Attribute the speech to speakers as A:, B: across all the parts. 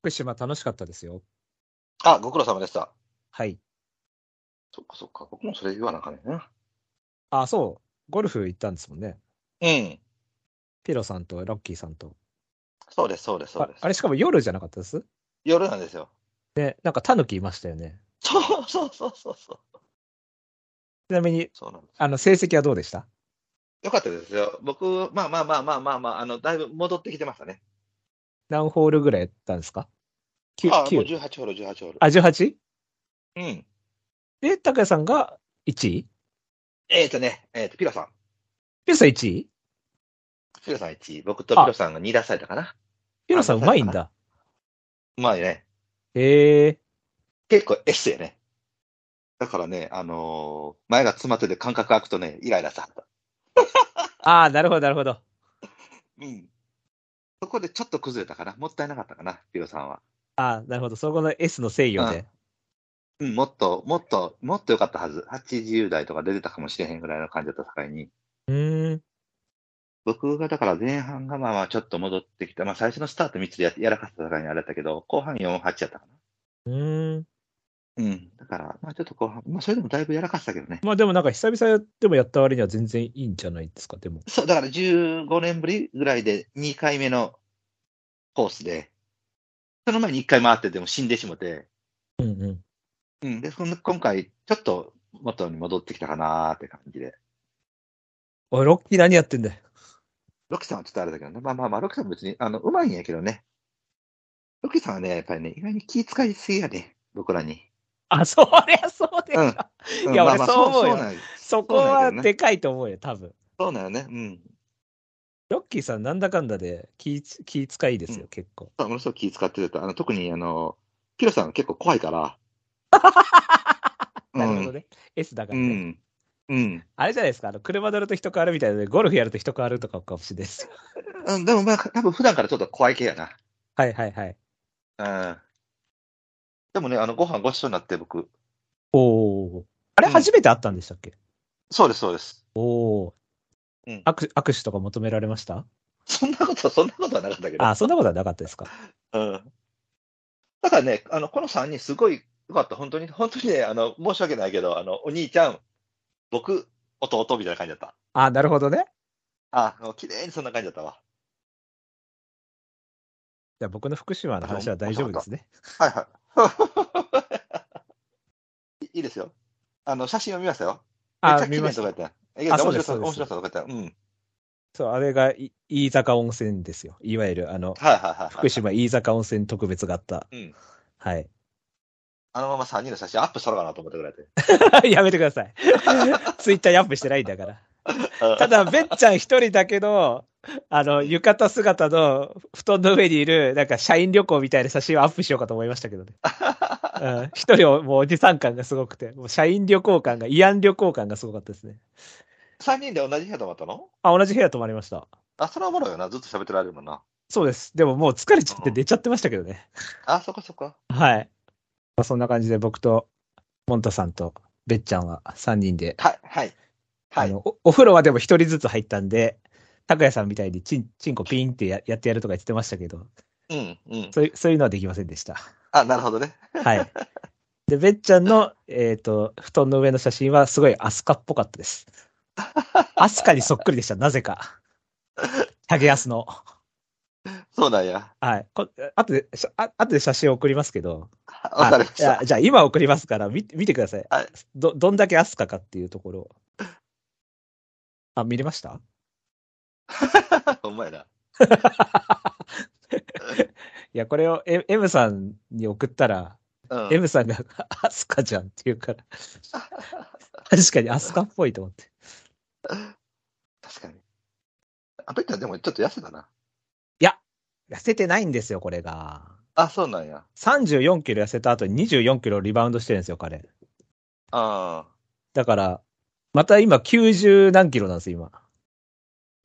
A: 福島楽しかったですよ。
B: あ、ご苦労様でした。
A: はい。
B: そっかそっか、僕もそれ言わなあかんねんな。
A: あ、そう。ゴルフ行ったんですもんね。
B: うん。
A: ピロさんとラッキーさんと。
B: そうです、そうです、そう
A: あ
B: です。
A: あれしかも夜じゃなかったです
B: 夜なんですよ。
A: で、なんかタヌキいましたよね。
B: そうそうそうそうそう。
A: ちなみに、
B: そうなんです。
A: あの、成績はどうでした
B: よかったですよ。僕、まあまあまあまあまあまあ、あの、だいぶ戻ってきてましたね。
A: 何ホールぐらいやったんですか
B: あ、もう
A: ?9、
B: 18ホール、18ホール。
A: あ、18?
B: うん。
A: で、高谷さんが1位
B: えっ、ー、とね、えっ、と、ピロさん。
A: ピロさん1位
B: ピロさん1位。僕とピロさんが2打されたかな。
A: ピロさんうまいんだ。
B: まあね、
A: へえ
B: 結構エッセイね。だからね、あのー前が詰まってて感覚空くとね、イライラさはった。
A: ああ、なるほど、なるほど。
B: うん。そこでちょっと崩れたかな。もったいなかったかな、ピロさんは。
A: ああ、なるほど。そこの S の制御で。
B: うん、もっと、もっと、もっと良かったはず。80代とか出てたかもしれへんぐらいの感じだった境に。
A: うーん。
B: 僕がだから前半がまあまあちょっと戻ってきた。まあ最初のスタート3つでややらかした境にあれだったけど、後半48やったか
A: うーん。
B: な。うん。だから、まあちょっと後半、まあそれでもだいぶやらかしたけどね。
A: まあでもなんか久々でもやった割には全然いいんじゃないですか、でも。
B: そう、だから15年ぶりぐらいで2回目のコースで、その前に1回回ってでも死んでしもて、
A: うんうん。
B: うん、で、その今回ちょっと元に戻ってきたかなーって感じで。
A: おい、ロッキー何やってんだよ。
B: ロキさんはちょっとあれだけどね、まあまあまあ、ロキさんも別に、あの、うまいんやけどね。ロキさんはね、やっぱりね、意外に気遣いすぎやね、僕らに。
A: あ、そりゃそうでしょ。
B: うんうん
A: いや
B: まあ
A: 俺
B: まあ
A: そう思うよ
B: なんよ
A: そこ
B: そうなんだ
A: は
B: よね
A: でかいと思うよ、多分。
B: そうなんよね。うん。
A: ロッキーさん、なんだかんだで気つ、気使いいですよ、
B: うん
A: 結構。
B: そうものすごく気遣ってた。あの、特に、あの、ピロさんは結構怖 いから。
A: なるほどね。S だか
B: う
A: らね。
B: ん。うん。
A: あれじゃないですか、あの、車乗ると人変わるみたいなので、ゴルフやると人変わるとかかもしれない です。
B: うん、でもまあ、多分普段からちょっと怖い系やな。
A: はいはいはい。
B: うん。でもね、あの、ご飯ごちそうになって、僕。
A: おお。あれ、
B: うん
A: 初めて会ったんでしたっけ、
B: そうです、そうです。うん
A: 握手握手とか求められました
B: そんなこと、そんなことはなかったけど。
A: あ、そんなことはなかったですか。
B: うん。だからね、あの、この3人すごい良かった。本当に、本当にね、あの、申し訳ないけど、あの、お兄ちゃん、僕、弟みたいな感じだった。
A: あ、なるほどね。
B: あ、もう綺麗にそんな感じだったわ。
A: じゃあ僕の福島の話は大丈夫ですね。
B: はいはい。 いいいですよ。あの、写真を見ましたよ。 めっ
A: あ、
B: ちゃ綺
A: 見
B: 麗
A: ま
B: に
A: した
B: 撮。られた。いや
A: あそ
B: 面
A: うで
B: 白
A: す
B: さ、面
A: そう
B: 白
A: です
B: さとかやった。うん。はい
A: そう、あれがい飯坂温泉ですよ。いわゆる、あの、
B: はいはいはい。
A: 福島飯坂温泉特別があった。
B: うん。
A: はい。
B: あのまま3人の写真アップしたのかなと思ったぐ らいで。
A: やめてください。 ツイッターにアップしてないんだから。た
B: ただ、
A: だ、べっちゃん一人だけど、あの、浴衣姿の布団の上にいる、なんか社員旅行みたいな写真をアップしようかと思いましたけどね。うん一人をもうおじさん感がすごくて、もう社員旅行感が、慰安旅行感がすごかったですね。
B: 3人で同じ部屋泊まったの
A: あ、同じ部屋泊まりました。
B: あ、それはおもろいよな。ずっと喋ってられるもんな。
A: そうです。でももう疲れちゃって寝ちゃってましたけどね。
B: あ、そこそこ。
A: はい。まあそんな感じで僕と、モンタさんと、べっちゃんは3人で、
B: はい、はい。は
A: あ
B: い。
A: のおお風呂はでも1人ずつ入ったんで、拓也さんみたいにチンチンコピンってややってやるとか言ってましたけど、
B: うん、うん。
A: そういそういうのはできませんでした。
B: あ、なるほどね。
A: はい。で、べっちゃんの、えっ、と、布団の上の写真はすごいアスカっぽかったです。アスカにそっくりでした、なぜか。竹安の。
B: そうなんや。
A: はい。こあとで、しゃあ後で写真送りますけど。
B: わかりまし
A: あい
B: た
A: や。じゃあ今送りますから、見見てください
B: はい。
A: ど、どんだけアスカかっていうところを。あ、見れました
B: ほんまやな。
A: いや、これを M- M さんに送ったら、
B: うん。
A: M さんが アスカじゃんって言うから、確かにアスカっぽいと思って。
B: 確かに。あ、ベッちゃんでもちょっと痩せたな。
A: 痩せてないんですよ、これが。
B: あ、そうなんや。
A: 34キロ痩せた後に24キロリバウンドしてるんですよ、彼。
B: あ
A: だから、また今90何キロなんです、今。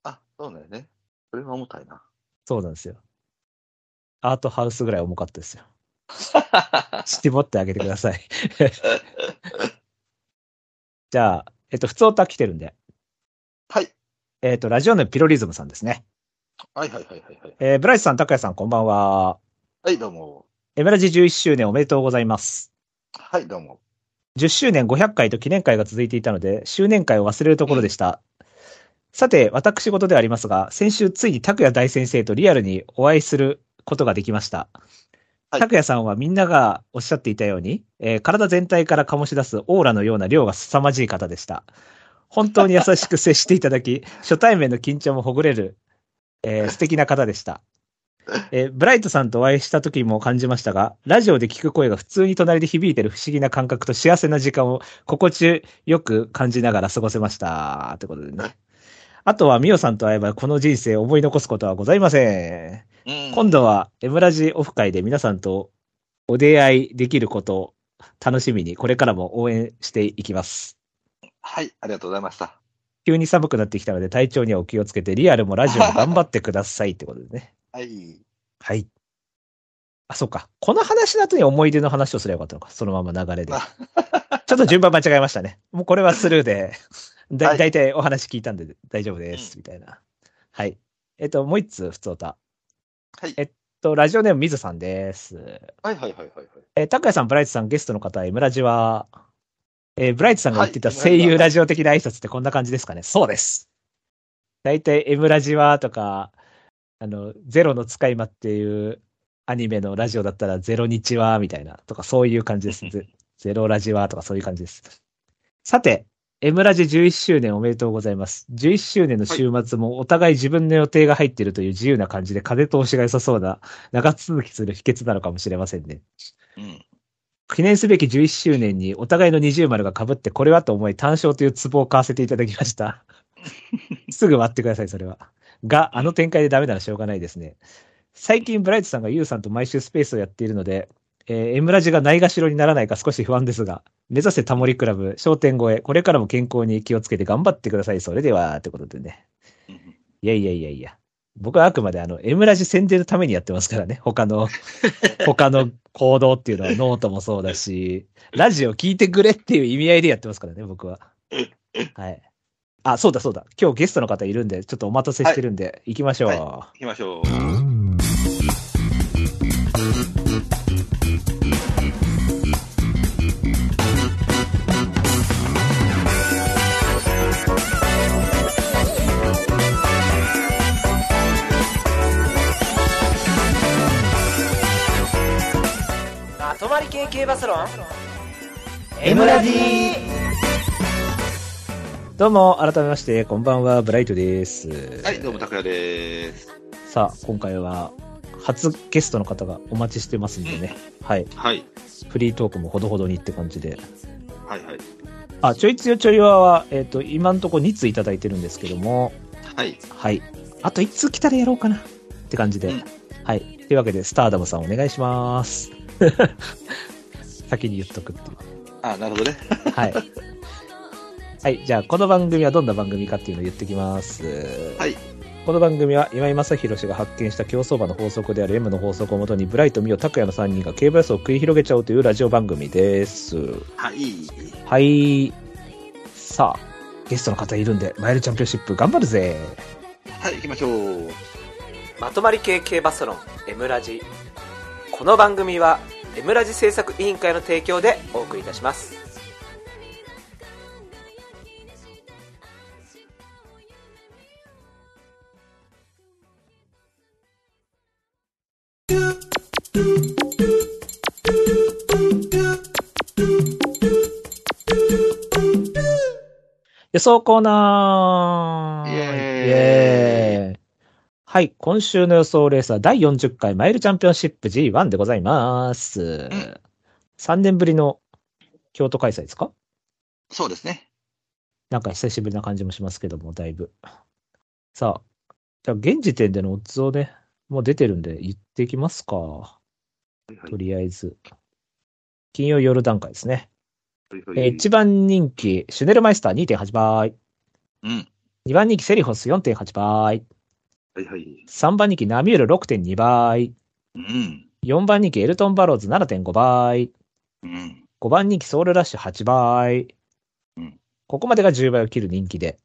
B: あ。あ、そうなんやね。それは重たいな。
A: そうなんですよ。アートハウスぐらい重かったです よ。絞ってあげてください。 じゃあ、えっと、普通歌来てるんで。
B: はい。
A: えっと、ラジオネームピロリズムさんですね。
B: はいはいはいはいはい。
A: えー、ブライスさん、高谷さん、こんばんは。
B: はい、どうも。
A: エメラジ11周年おめでとうございます。
B: はい、どうも。
A: 10周年500回と記念会が続いていたので、周年会を忘れるところでした。さて、私事ではありますが、先週ついに拓也大先生とリアルにお会いすることができました。
B: はい
A: 拓也さんはみんながおっしゃっていたように、えー体全体から醸し出すオーラのような量が凄まじい方でした。本当に優しく接していただき、初対面の緊張もほぐれる、えー素敵な方でした。えーブライトさんとお会いした時も感じましたが、ラジオで聞く声が普通に隣で響いてる不思議な感覚と幸せな時間を心地よく感じながら過ごせました。ってことでね。あとは、ミオさんと会えばこの人生を思い残すことはございませ
B: うん
A: ん。今度は、エムラジオフ会で皆さんとお出会いできることを楽しみに、これからも応援していきます。
B: はい、ありがとうございました。
A: 急に寒くなってきたので体調にはお気をつけて、リアルもラジオも頑張ってくださいってことでね。
B: はい。
A: はい。あ、そうか。この話の後に思い出の話をすればよかったのか。そのまま流れで。ちょ
B: あ
A: っと順番間違えましたね。もうこれはスルーで、だ、
B: はい
A: だいたいお話聞いたんで大丈夫です。みたいな。はい。えっと、もう一つ、普通歌。
B: はい
A: えっと、ラジオネームみずさんです。
B: はいはいはいはい。
A: えー、拓也さん、ブライトさん、ゲストの方、エムラジは、えーブライトさんが言ってた
B: はい
A: 声優ラジオ的な挨拶ってこんな感じですかね。そうです。大体、エムラジはとか、あの、ゼロの使い魔っていうアニメのラジオだったら、ゼロ日はみたいな、とかそういう感じです。ゼゼロラジはとかそういう感じです。さて、エムラジ11周年おめでとうございます。11周年の週末もお互い自分の予定が入っているという自由な感じで風通しが良さそうな、長続きする秘訣なのかもしれませんね。
B: うん。
A: 記念すべき11周年にお互いの二重丸が被ってこれはと思い単勝という壺を買わせていただきました。すぐ割ってください、それは。が、あの展開でダメならしょうがないですね。最近、ブライトさんがユウさんと毎週スペースをやっているので、えー、エムラジがないがしろにならないか少し不安ですが、目指せタモリクラブ、商店越え、これからも健康に気をつけて頑張ってください、それでは、ってことでね。
B: うん
A: いやいやいやいや。僕はあくまであの、エムラジ宣伝のためにやってますからね。他の、他の行動っていうのはノートもそうだし、ラジオ聞いてくれっていう意味合いでやってますからね、僕は。はい。あ、そうだそうだ。今日ゲストの方いるんで、ちょっとお待たせしてるんで、行きましょう。
B: 行きましょう。
C: まとまり系系バスロン
A: エムラジどうも、改めまして、こんばんは、ブライトです。
B: はい、どうも、拓也です。
A: さあ、今回は、初ゲストの方がお待ちしてますんでね。はい。
B: はい。
A: フリートークもほどほどにって感じで。
B: はいはい。
A: あ、ちょいつよちょいわは、えっ、と、今んとこ2通いただいてるんですけども、
B: はい。
A: はい。あと1通来たらやろうかなって感じで。
B: うん
A: はい。というわけで、スターダムさんお願いします。 先に言っとくっていう。
B: あ、なるほどね。
A: はい。はい。じゃあ、この番組はどんな番組かっていうのを言ってきます。
B: はい。
A: この番組は今井正弘氏が発見した競走馬の法則である M の法則をもとに、ブライト、ミオ、拓也の3人が競馬予想を繰り広げちゃおうというラジオ番組です。
B: はい。
A: はい。さあ、ゲストの方いるんで、マイルチャンピオンシップ頑張るぜ。
B: はい、行きましょう。
C: まとまり系系バスロン M ラジこの番組は M ラジ制作委員会の提供でお送りいたします
A: 予想コーナー
B: イエーイ
A: イエーイはい、今週の予想レースは第40回マイルチャンピオンシップ G1 でございます。
B: ん
A: 3年ぶりの京都開催ですか
B: そうですね。
A: なんか久しぶりな感じもしますけども、だいぶ。さあ、じゃあ現時点でのオッズをね、もう出てるんで言ってきますか。とりあえず。金曜夜段階ですね。えー1番人気、シュネルマイスター2.8倍。
B: うん。
A: 2番人気、セリホス4.8倍。
B: はいはい。
A: 3番人気、ナミュール6.2倍。
B: うん。
A: 4番人気、エルトン・バローズ7.5倍。
B: うん。
A: 5番人気、ソウルラッシュ8倍
B: うん。
A: ここまでが10倍を切る人気で。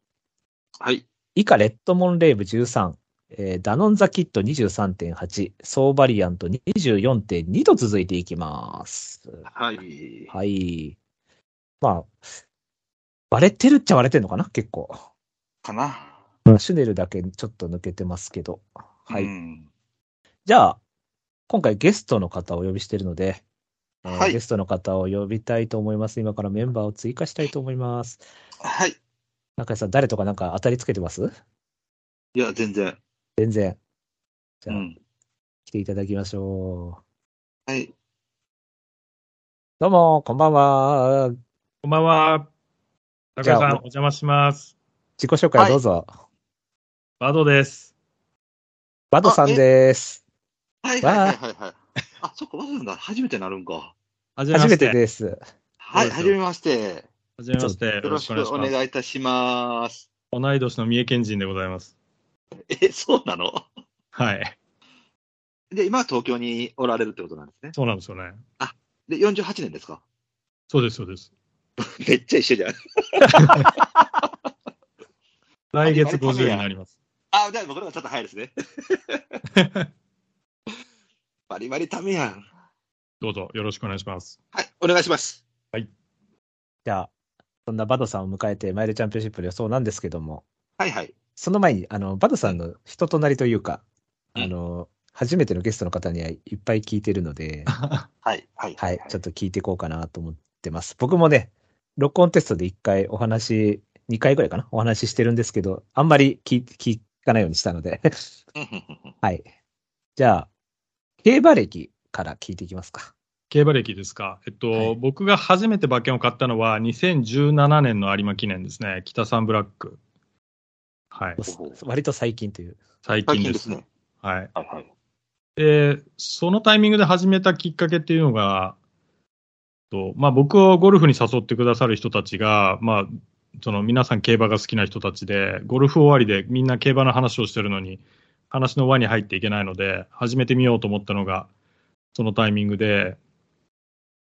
B: はい。
A: 以下、レッドモンレーブ13。えーダノンザキット23.8、ソーバリアント24.2と続いていきます。
B: はい。
A: はい。まあ、割れてるっちゃ割れてるのかな結構。
D: かな。
A: シュネルだけちょっと抜けてますけど。はい。
D: うん
A: じゃあ、今回ゲストの方をお呼びしているので、えー
D: はい
A: ゲストの方を呼びたいと思います。今からメンバーを追加したいと思います。
D: はい。
A: 中井さん、誰とかなんか当たりつけてます
D: いや、全然。
A: 全然。じ
D: う
A: ゃあ、
D: ん。
A: 来ていただきましょう。
D: はい。
A: どうも、こんばんは。
E: こんばんは。高
A: じゃ
E: 橋
A: あ
E: さん、
A: も
E: お
A: う
E: 邪魔します。
A: 自己紹介どうぞ。
E: バドです。
A: バドさんです。
D: はいはいはいはいはい。あ、そっか、わざなんだ。初めてなるんか。
E: はじめま
A: 初め
E: してて。
A: です。
D: はい、
E: そうで
D: は
E: す
D: じ
E: よ
D: めまして。
E: はじめまして。よ
D: よろ
E: ろ
D: し
E: し
D: く
E: くお願いし
D: お
E: ます。
D: 願いいたします。
E: 同い年の三重県人でございます。
D: え、そうなの
E: はい。
D: で、今は東京におられるってことなんですね。
E: そうなんですよね。
D: で、48年ですか
E: そうです、そうです。
D: めっちゃ一緒じゃん。
E: 来月
D: あれあれ
E: 50になります。
D: あ、じゃあ僕の方がちょっと早いですね。バリバリためやん。
E: どうぞ、よろしくお願いします。
D: はい、お願いします。
A: じゃあ、そんなバドさんを迎えてマイルチャンピオンシップの予想なんですけども、
D: はいはい。
A: その前に、あの、バドさんの人となりというか、
D: うん
A: あの、初めてのゲストの方にはいっぱい聞いてるので、
D: はいはい。
A: はい、ちょっと聞いていこうかなと思ってます。僕もね、録音テストで1回お話、2回ぐらいかな、お話ししてるんですけど、あんまり聞聞かないようにしたので、 はい。じゃあ、競馬歴から聞いていきますか。
E: 競馬歴ですか。えっと、
A: はい
E: 僕が初めて馬券を買ったのは2017年の有馬記念ですね。北サンブラック。はい。
D: ほう
A: 割と最近という。
E: 最近
D: 最近
E: で
D: です
E: す。
D: ね。
E: はい。
D: はいはい。
E: で、そのタイミングで始めたきっかけっていうのが、とまあ、僕をゴルフに誘ってくださる人たちが、まあ、その皆さん競馬が好きな人たちで、ゴルフ終わりでみんな競馬の話をしてるのに、話の輪に入っていけないので、始めてみようと思ったのが、そのタイミングで、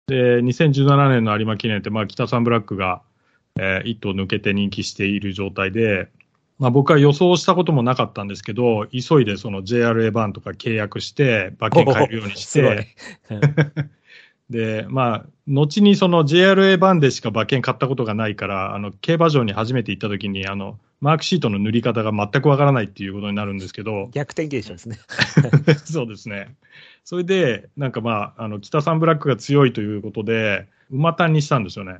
E: で、2017年の有馬記念って、まあ、北サンブラックが、えー、一頭抜けて人気している状態で、まあ、僕は予想したこともなかったんですけど、急いでその JRA 版とか契約して、馬券買えるようにし
A: すごい
E: て、で、まあ、後にその JRA 版でしか馬券買ったことがないから、あの、競馬場に初めて行った時に、あの、マークシートの塗り方が全くわからないっていうことになるんです けど、
A: 逆転現象ですね。
E: そうですね。それで、なんかまあ、あの、北三ブラックが強いということで、馬単にしたんですよね。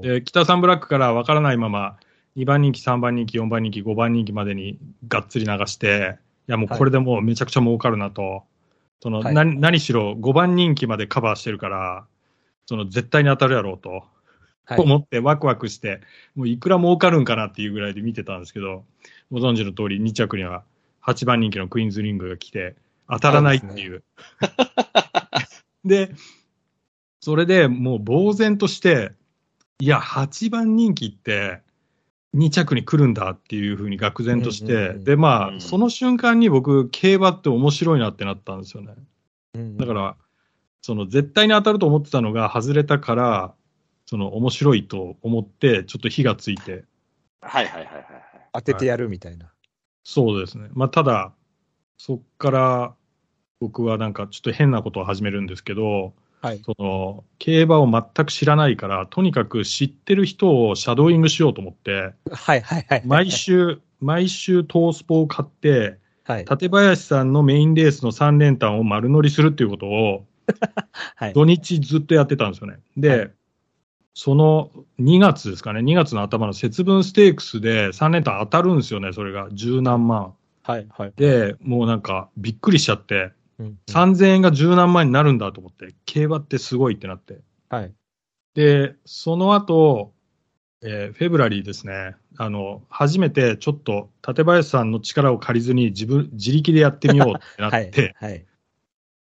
E: で、北三ブラックからわからないまま、2番人気、3番人気、4番人気、5番人気までにがっつり流して、いやもうこれでもうめちゃくちゃ儲かるなと。その、
A: はい
E: な何しろ5番人気までカバーしてるから、その絶対に当たるやろうと。
A: はい
E: 思ってワクワクして、もういくら儲かるんかなっていうぐらいで見てたんですけど、ご存知の通り2着には8番人気のクイーンズリングが来て、当たらないっていう。でそれでもう呆然として、いや、8番人気って2着に来るんだっていうふうに愕然として、
A: うんうんうん、
E: で、ま
D: う
E: あ、
D: ん
E: その瞬間に僕、競馬って面白いなってなったんですよね。だからら、その絶対に当たると思ってたのが外れたから、その面白いと思って、ちょっと火がついて、
D: はいはいはいはいはい。
A: 当ててやるみたいな。
E: そうですね。まあ、ただ、そっから僕はなんかちょっと変なことを始めるんですけど、
A: はい。
E: その競馬を全く知らないから、とにかく知ってる人をシャドーイングしようと思って、
A: はいはいはい。
E: 毎週、 毎週トースポを買って、
A: はい。
E: 館林さんのメインレースの3連単を丸乗りするっていうことを、
A: はい。
E: 土日ずっとやってたんですよね。で、
A: はい
E: その2月ですかね、2月の頭の節分ステークスで3連単当たるんですよね、それが十何万。
A: はいはい。
E: で、もうなんかびっくりしちゃって、
A: うん
E: 3000円が十何万になるんだと思って、競馬ってすごいってなって。
A: はい。
E: で、その後、えーフェブラリーですね、あの、初めてちょっと、館林さんの力を借りずに自分、自力でやってみようってな っ
A: は
E: て、
A: い。はい。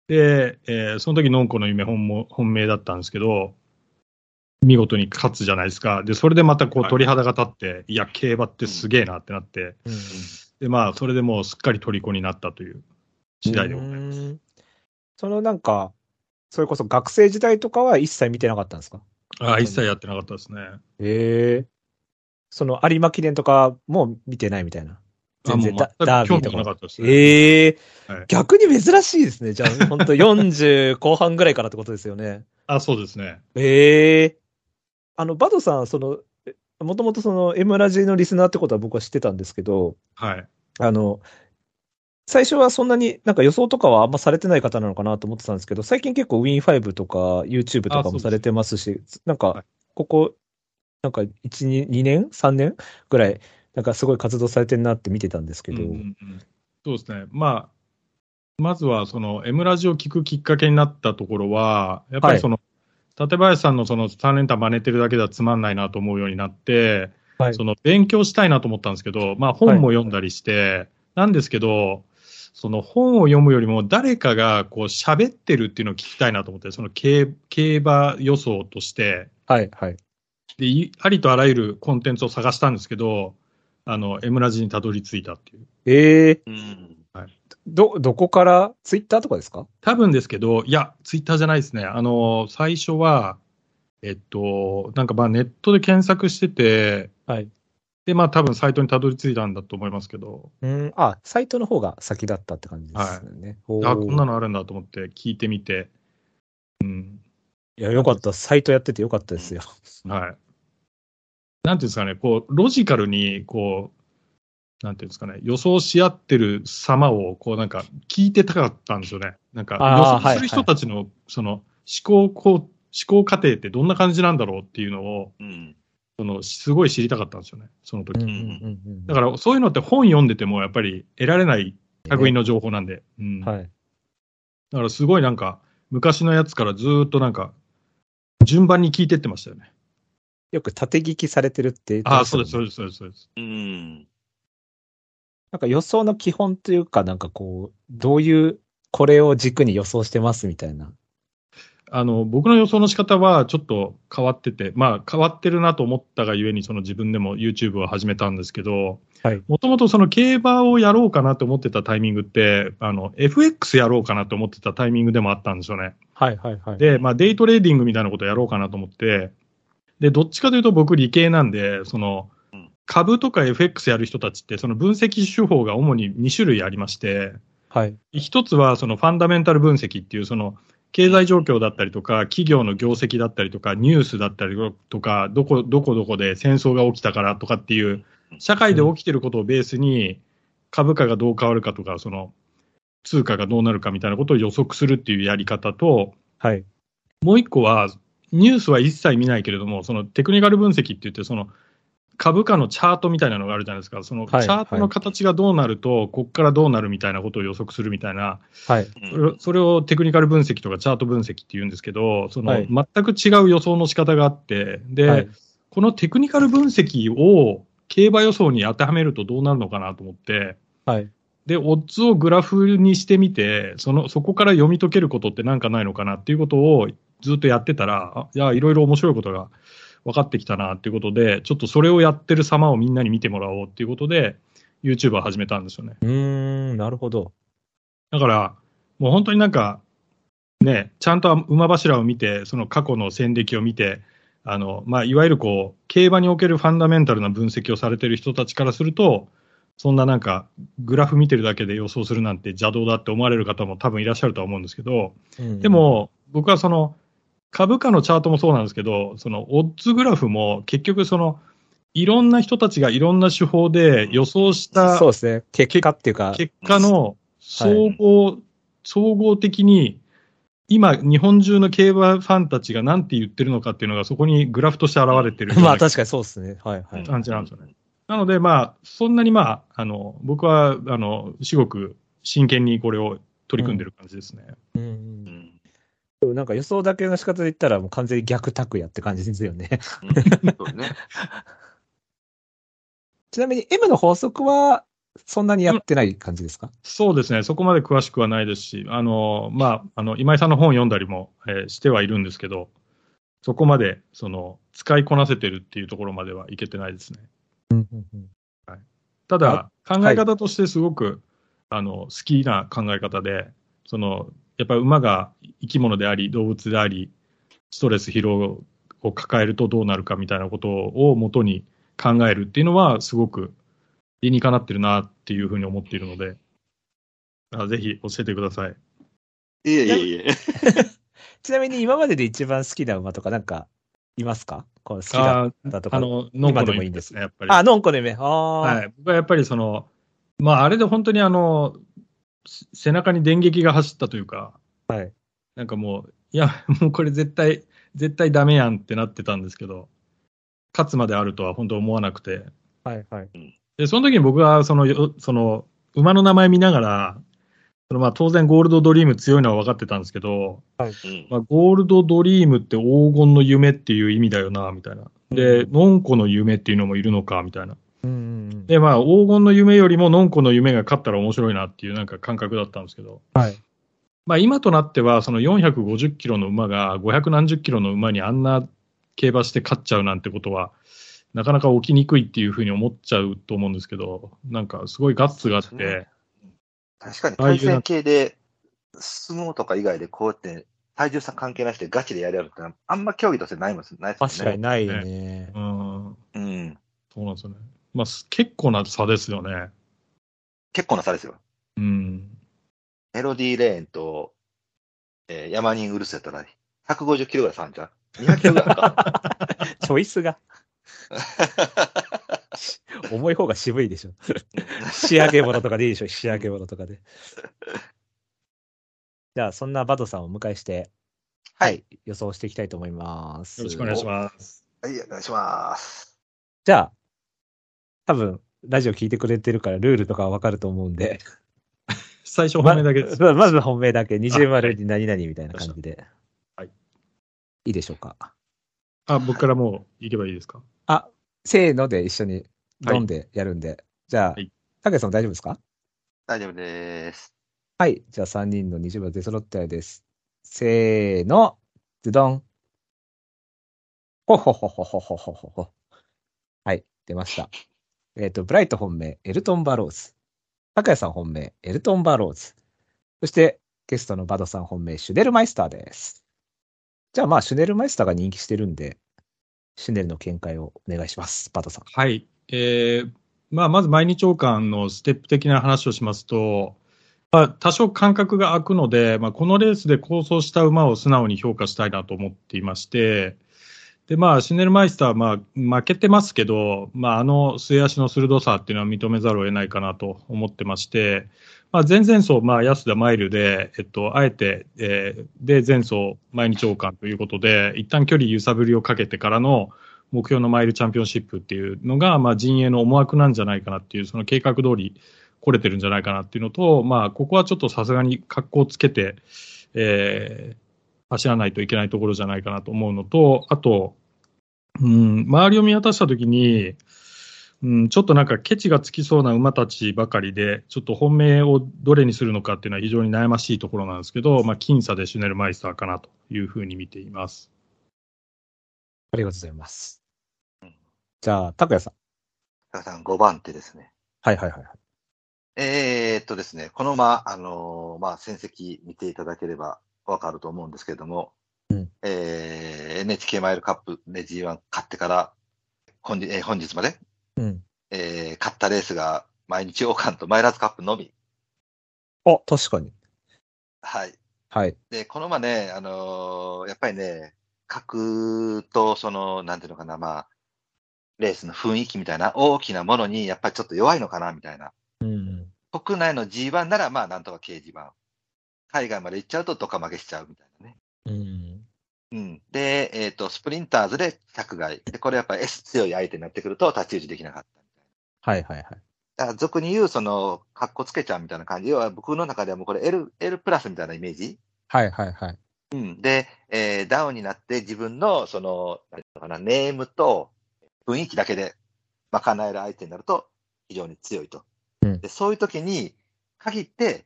E: で、えーその時のんこの夢本も本命だったんですけど、見事に勝つじゃないですか。で、それでまたこう
D: はい
E: 鳥肌が立って、い、や、競馬ってすげえなってなって、
A: うん
E: で、まあ、それでもうすっかり虜になったという次第でございます。
A: うんそのなんか、それこそ学生時代とかは一切見てなかったんですか
E: ああ、一切やってなかったですね。
A: ええその有馬記念とかも見てないみたいな。
E: あ
A: 全然
E: もう
A: ダダービーと
E: 興味
A: か
E: な
A: も
E: かったですね。
A: ええ
E: はい
A: 逆に珍しいですね。じゃあ、本当40後半ぐらいからってことですよね。
E: あ、そうですね。
A: ええあの、バドさん、その、もともとその M ラジのリスナーってことは僕は知ってたんですけど、
E: はい。
A: あの、最初はそんなになんか予想とかはあんまされてない方なのかなと思ってたんですけど、最近結構 Win5 とか YouTube とか
E: あそうで
A: も
E: す
A: されてますし、なん
E: はい
A: か、ここ、なんか1、2, 2年 ?3 年ぐらい、なんかすごい活動されてるなって見てたんですけ
E: うん
A: ど、
E: うんうんそうですね。まあ、まずは、その、M ラジを聞くきっかけになったところは、やっぱりその、館林さんのその3連単真似てるだけではつまんないなと思うようになって、
A: はい
E: その勉強したいなと思ったんですけど、まあ本も読んだりして、なんですけど、その本を読むよりも誰かがこう喋ってるっていうのを聞きたいなと思って、その競競馬予想として、
A: はい、はい。
E: で、いありとあらゆるコンテンツを探したんですけど、あの、M ラジにたどり着いたっていう。
A: ええ
D: うん。
A: ど、どこから、ツイッターとかですか
E: 多分ですけど、いや、ツイッターじゃないですね。あの、最初は、えっと、なんかまあネットで検索してて、
A: はい。
E: で、まあ多分サイトにたどり着いたんだと思いますけど、
A: うん、あ、サイトの方が先だったって感じですよね。ほう
E: あ、こんなのあるんだと思って聞いてみて、うん、
A: いや、よかった。サイトやっててよかったですよ。
E: はい。なんていうんですかね、こう、ロジカルに、こう、なんていうんですかね、予想し合ってる様を、こう、なんか、聞いてたかったんですよね。なんか、
A: あー
E: 予想する人たちの、その、思考、こう、思考過程ってどんな感じなんだろうっていうのを、
D: うん。
E: その、すごい知りたかったんですよね、その時。
A: うんうんうんうん
E: だから、そういうのって本読んでても、やっぱり得られない類の情報なんで。うん。
A: はい。
E: だから、すごいなんか、昔のやつからずーっとなんか、順番に聞いてってましたよね。
A: よく縦聞きされてるって言って
E: ああ
A: ま
E: ー、
A: した
E: そう
A: もん
E: で
A: ね
E: す、そうです、そうですそうです。
D: うん。
A: なんか予想の基本というか、なんかこう、どういう、これを軸に予想してますみたいな。
E: あの、僕の予想の仕方はちょっと変わってて、まあ変わってるなと思ったがゆえに、その自分でも YouTube を始めたんですけど、
A: はい
E: もともとその競馬をやろうかなと思ってたタイミングって、あの、FX やろうかなと思ってたタイミングでもあったんですよね。
A: はいはいはい。
E: で、まあデイトレーディングみたいなことやろうかなと思って、で、どっちかというと僕理系なんで、その
D: うん、
E: 株とか FX やる人たちって、その分析手法が主に2種類ありまして、
A: はい。
E: 一つはそのファンダメンタル分析っていうその経済状況だったりとか企業の業績だったりとかニュースだったりとかどこどこどこで戦争が起きたからとかっていう社会で起きてることをベースに株価がどう変わるかとかその通貨がどうなるかみたいなことを予測するっていうやり方と
A: はい。
E: もう一個はニュースは一切見ないけれどもそのテクニカル分析って言ってその株価のチャートみたいなのがあるじゃないですかそのチ
A: はい
E: ャートの形がどうなるとこっからどうなるみたいなことを予測するみたいな
A: はい。
E: それそれをテクニカル分析とかチャート分析って言うんですけど、その
A: はい
E: 全く違う予想の仕方があって、で、
A: はい。
E: このテクニカル分析を競馬予想に当てはめるとどうなるのかなと思って、
A: はい。
E: で、オッズをグラフにしてみて、そのそこから読み解けることってなんかないのかなっていうことをずっとやってたら、あいや、いろいろ面白いことが分かってきたなっていうことで、ちょっとそれをやってる様をみんなに見てもらおうっていうことで、YouTube を始めたんですよね。
A: うーん、なるほど。
E: だから、もう本当になんか、ね、ちゃんと馬柱を見て、その過去の戦歴を見て、あのまあ、いわゆるこう競馬におけるファンダメンタルな分析をされてる人たちからすると、そんななんか、グラフ見てるだけで予想するなんて邪道だって思われる方も多分いらっしゃるとは思うんですけど、で
A: で、
E: も、僕はその、株価のチャートもそうなんですけど、そのオッズグラフも結局、その、いろんな人たちがいろんな手法で予想した
A: そうですね。結果っていうか、
E: 結果の総合、総合的に、今、日本中の競馬ファンたちが何て言ってるのかっていうのが、そこにグラフとして現れてるよう
A: まあ
E: な
A: 確かにそうですね。はいはい。
E: 感じなんですよね。なので、まあ、そんなにまあ、あの、僕は、あの、至極真剣にこれを取り組んでる感じですね。
A: うんう
D: うんん。
A: うん。なんか予想だけの仕方で言ったらもう完全に逆拓也って感じですよね。
D: そうね。
A: ちなみに M の法則はそんなにやってない感じですか
E: そうですね。そこまで詳しくはないですし、あの、まあ、あの、今井さんの本読んだりも、えーしてはいるんですけど、そこまで、その、使いこなせてるっていうところまではいけてないですね。
A: うんうんうん。
E: ただ、考
A: は
E: え
A: い
E: 方としてすごく、あの好きな考え方で、そのやっぱり馬が生き物であり、動物であり、ストレス、疲労を抱えるとどうなるかみたいなことを元に考えるっていうのは、すごく理にかなってるなっていうふうに思っているので、あぜひ教えてください。
D: いえいえいえ。
A: ちなみに今までで一番好きな馬とかなんかいますかこう好きだ
E: あ
A: っ
E: ー
A: たとか。
E: あの、ノンコ
A: 今でもい
E: の
A: い
E: 夢
A: んで
E: ですすね、やっぱり。
A: あ、ノンコの夢。ああ、
E: はい、僕はやっぱりその、まあ、あれで本当にあのせ背中に電撃が走ったというか、
A: はい
E: なんかもう、いや、もうこれ絶対、 絶対ダメやんってなってたんですけど、勝つまであるとは本当思わなくて、
A: はい、はい。
E: でその時に僕はそのよその馬の名前見ながら、そのまあ当然、ゴールドドリーム強いのは分かってたんですけど、
B: うん
E: まあ、ゴールドドリームって黄金の夢っていう意味だよな、みたいな。で、ノンコの夢っていうのもいるのか、みたいな。
A: うんうんうん。
E: で、まあ、黄金の夢よりも、のんこの夢が勝ったら面白いなっていう、なんか感覚だったんですけど、
A: はい
E: まあ、今となっては、その450キロの馬が、500何十キロの馬にあんな競馬して勝っちゃうなんてことは、なかなか起きにくいっていうふうに思っちゃうと思うんですけど、なんかすごいガッツがあっ
B: そうです
E: て、
B: 確かに
E: ああいう
B: 対戦系で、相撲とか以外でこうやって、体重差関係なしでガチでやり合うってのは、あんま競技としてないもんないで
A: 確
B: す
A: か
B: よ
A: に
B: ね。
A: ないよ ね。
E: うん、
B: うん。
E: そうなんですよね。まあ、す結構な差ですよね。
B: 結構な差ですよ。
E: うん。
B: メロディーレーンと、えー、ヤマニンウルスやったら、150キロぐらい差あんじゃん ?200 キロぐらいある か。
A: チョイスが。重い方が渋いでしょ。仕上げ物とかでいいでしょ、仕上げ物とかで。じゃあ、そんなバドさんをお迎えして、
B: はい。
A: 予想していきたいと思います。
E: よろしくお願いします。
B: はい、お願いします。
A: じゃあ、多分、ラジオ聞いてくれてるから、ルールとかはわかると思うんで。
E: 最初、本命だけです。
A: ままず本命だけ、20丸に何々みたいな感じで。
E: はい。
A: いいでしょうか。
E: あ、僕からもう行けばいいですか。
A: せーので一緒に、ドンでやるんで。じゃあ
E: はい、
A: たけさん大丈夫ですか
B: 大丈夫です。
A: はい。じゃあ3人の20番出揃ったようです。せーの、ズドン。ほほほほほほほほほ。はい、出ました。えっ、と、ブライト本命、エルトン・バローズ。高谷さん本命、エルトン・バローズ。そして、ゲストのバドさん本命、シュネルマイスターです。じゃあまあ、シュネルマイスターが人気してるんで、シュネルの見解をお願いします、バドさん。
E: はい。えーまあ、まず毎日王冠のステップ的な話をしますと、まあ、多少間隔が空くので、まあ、このレースで構想した馬を素直に評価したいなと思っていまして、で、まあ、シュネルマイスターは、まあ、負けてますけど、まあ、あの末足の鋭さっていうのは認めざるを得ないかなと思ってまして、まあ、前々走、まあ、安田マイルで、えっと、あえて、えーで、前走、毎日王冠ということで、一旦距離揺さぶりをかけてからの、目標のマイルチャンピオンシップっていうのが、まあ、陣営の思惑なんじゃないかなっていう、その計画通り来れてるんじゃないかなっていうのと、まあ、ここはちょっとさすがに格好つけて、えー走らないといけないところじゃないかなと思うのと、あと、うん、周りを見渡したときに、うん、ちょっとなんかケチがつきそうな馬たちばかりで、ちょっと本命をどれにするのかっていうのは非常に悩ましいところなんですけど、まあ、僅差でシュネルマイスターかなというふうに見ています。
A: ありがとうございます。じゃあ、拓也さん。
B: 高田さん、5番手ですね。
A: はいはいはい。
B: えーっとですね、この馬、あのーまあ、戦績見ていただければわかると思うんですけれども、
A: うん
B: えー NHK マイルカップ、ね、G1 勝ってから、本日,、えー本日まで、
A: うん。
B: えー勝ったレースが毎日王冠とマイラーズカップのみ。
A: あ、確かに。
B: はい。
A: はい。
B: で、この馬ね、あのーやっぱりね、格と、その、なんていうのかな、まあ、レースの雰囲気みたいな、大きなものに、やっぱりちょっと弱いのかな、みたいな。
A: うん。
B: 国内の G1 ならまあなんとか掲示板。海外まで行っちゃうとドカ負けしちゃうみたいなね。
A: うん。
B: うん。で、えっ、と、スプリンターズで着外。で、これやっぱ S 強い相手になってくると太刀打ちできなかったみたい
A: はいはいはい。
B: な。だから俗に言う、その、格好つけちゃうみたいな感じ。要は僕の中ではもうこれ L、L プラスみたいなイメージ。
A: はいはいはい。
B: うん。で、えーダウンになって自分の、その、なんていうのかな、ネームと雰囲気だけで賄える相手になると非常に強いと。
A: うん
B: でそういう時に限って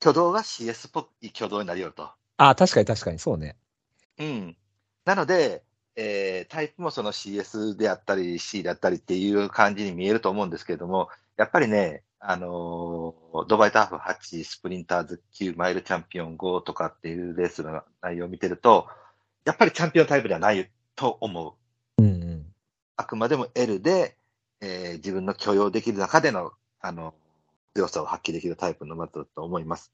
B: 挙動が CS っぽい挙動になりよると。
A: あ、確かに確かに、そうね。
B: うん。なので、えータイプもその CS であったり C であったりっていう感じに見えると思うんですけれども、やっぱりね、あのードバイターフ8、スプリンターズ9、マイルチャンピオン5とかっていうレースの内容を見てると、やっぱりチャンピオンタイプではないと思
A: う
B: う。
A: んうん。
B: あくまでも L で、えー自分の許容できる中での、あの、強さを発揮できるタイプの馬だと思います。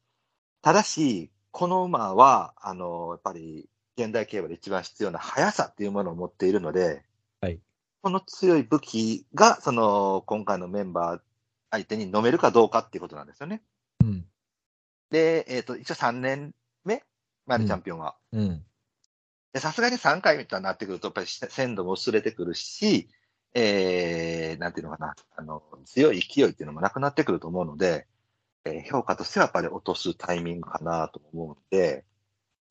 B: ただし、この馬は、あの、やっぱり、現代競馬で一番必要な速さっていうものを持っているので、
A: はい
B: この強い武器が、その、今回のメンバー相手に飲めるかどうかっていうことなんですよね。
A: うん。
B: で、えっ、と、一応3年目、マリチャンピオンは。
A: うん。
B: でさすがに3回みたいになってくると、やっぱり鮮度も薄れてくるし、えー、なんていうのかな、あの、強い勢いっていうのもなくなってくると思うので、えー評価としてはやっぱり落とすタイミングかなと思うので、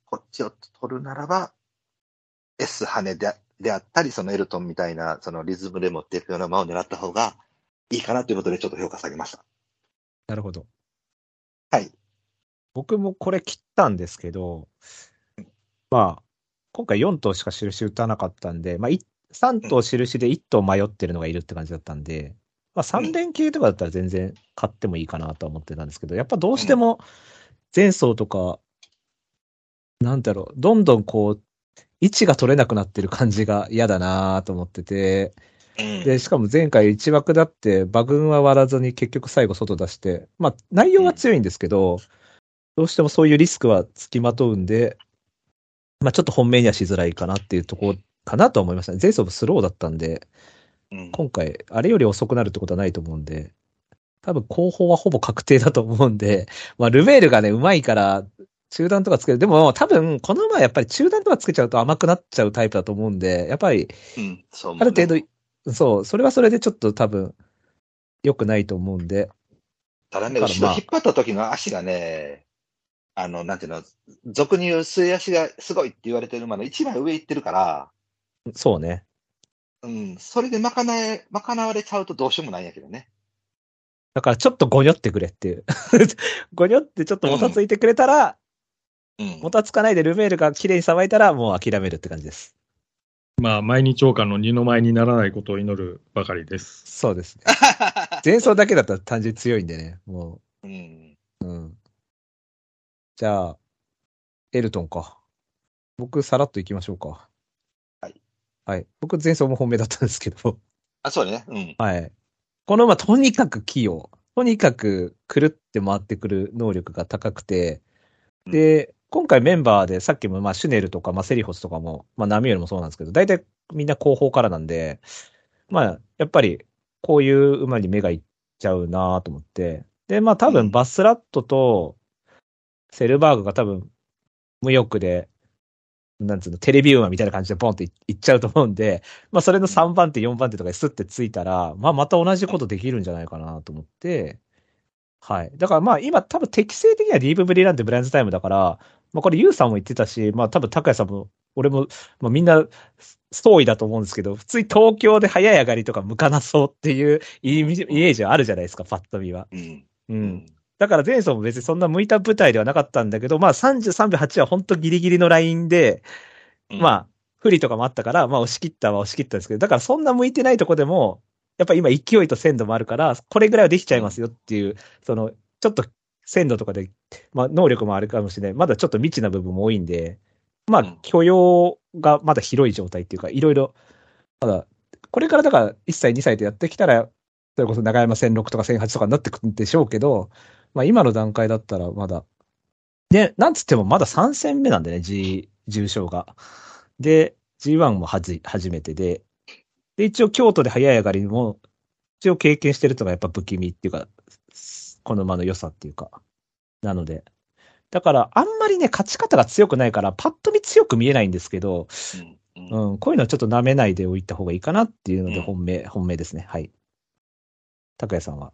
B: こっちを取るならば、S 跳ねでであったり、そのエルトンみたいな、そのリズムで持っていくような馬を狙った方がいいかなということで、ちょっと評価下げました。
A: なるほど。
B: はい。
A: 僕もこれ切ったんですけど、まあ、今回4頭しか印打たなかったんで、まあ、い3頭印で1頭迷ってるのがいるって感じだったんで、まあ、3連休とかだったら全然買ってもいいかなとは思ってたんですけど、やっぱどうしても前走とか、なんだろう、どんどんこう、位置が取れなくなってる感じが嫌だなと思ってて、 で、しかも前回1枠だって、馬群は割らずに結局最後外出して、まあ内容は強いんですけど、どうしてもそういうリスクはつきまとうんで、まあちょっと本命にはしづらいかなっていうところかなとは思いましたね。前走もスローだったんで、
B: うん
A: 今回あれより遅くなるってことはないと思うんで、多分後方はほぼ確定だと思うんで、 まあルメールがね、うまいから、中段とかつける。でも多分、この馬はやっぱり中段とかつけちゃうと甘くなっちゃうタイプだと思うんで、やっぱり
B: うん、そう思
A: あ
B: うね
A: る程度、そう、それはそれでちょっと多分、良くないと思うんで、
B: ただね、
A: だから
B: 後
A: ま
B: ろ
A: あ
B: 引っ張った時の足がね、あの、なんていうの、俗に言う末足がすごいって言われてる馬の一枚上行ってるから、
A: そうね。
B: うん、それで賄え、賄われちゃうとどうしようもないんやけどね。
A: だからちょっとごにょってくれっていう。 ごにょってちょっともたついてくれたら、
B: うん
A: もたつかないでルメールが綺麗にさばいたら、もう諦めるって感じです。
E: まあ、毎日王冠の二の舞にならないことを祈るばかりです。
A: そうです ね。前走だけだったら単純に強いんでね、もう。
B: うん。
A: じゃあ、エルトンか。僕、さらっと行きましょうか。
B: はい。
A: はい。僕、前走も本命だったんですけど。
B: あ、そうね。うん。
A: はい。この馬、とにかく器用。とにかく、くるって回ってくる能力が高くて、で、今回メンバーで、さっきも、まあ、シュネルとか、まあ、セリホスとかも、まあ、ナミュールもそうなんですけど、大体みんな後方からなんで、まあ、やっぱり、こういう馬に目がいっちゃうなと思って。で、まあ、多分、バスラットと、セルバーグが多分、無欲で、なんつうの、テレビ馬みたいな感じでポンっていいっちゃうと思うんで、まあそれの3番手、4番手とかにスッてついたら、まあまた同じことできるんじゃないかなと思って、はい。だからまあ今多分適正的にはディープブリランってブラインズタイムだから、まあこれユウさんも言ってたし、まあ多分高谷さんも、俺も、まあみんな、総意だと思うんですけど、普通に東京で早い上がりとか向かなそうっていうイメージはあるじゃないですか、パッと見は。
B: うん。
A: う。。
B: うん
A: だから前走も別にそんな向いた舞台ではなかったんだけど、まあ33秒8は本当ギリギリのラインで、まあ、不利とかもあったから、まあ押し切ったは押し切ったんですけど、だからそんな向いてないとこでも、やっぱり今勢いと鮮度もあるから、これぐらいはできちゃいますよっていう、その、ちょっと鮮度とかで、まあ能力もあるかもしれない。まだちょっと未知な部分も多いんで、ま
B: うん
A: あ許容がまだ広い状態っていうか、いろいろ、まだ、これからだから1歳2歳とやってきたら、それこそ長山1006とか1008とかになってくるんでしょうけど、まあ今の段階だったらまだ、で、なんつってもまだ3戦目なんでね、G、重賞が。で、G1 もはじ初めてで、で、一応京都で早い上がりも、一応経験してるとかやっぱ不気味っていうか、この馬の良さっていうか、なので。だから、あんまりね、勝ち方が強くないから、パッと見強く見えないんですけど、
B: うん。うん。
A: うん、こういうのはちょっと舐めないでおいた方がいいかなっていうので、
B: うん
A: 本命、本命ですね。はい。拓也さんは。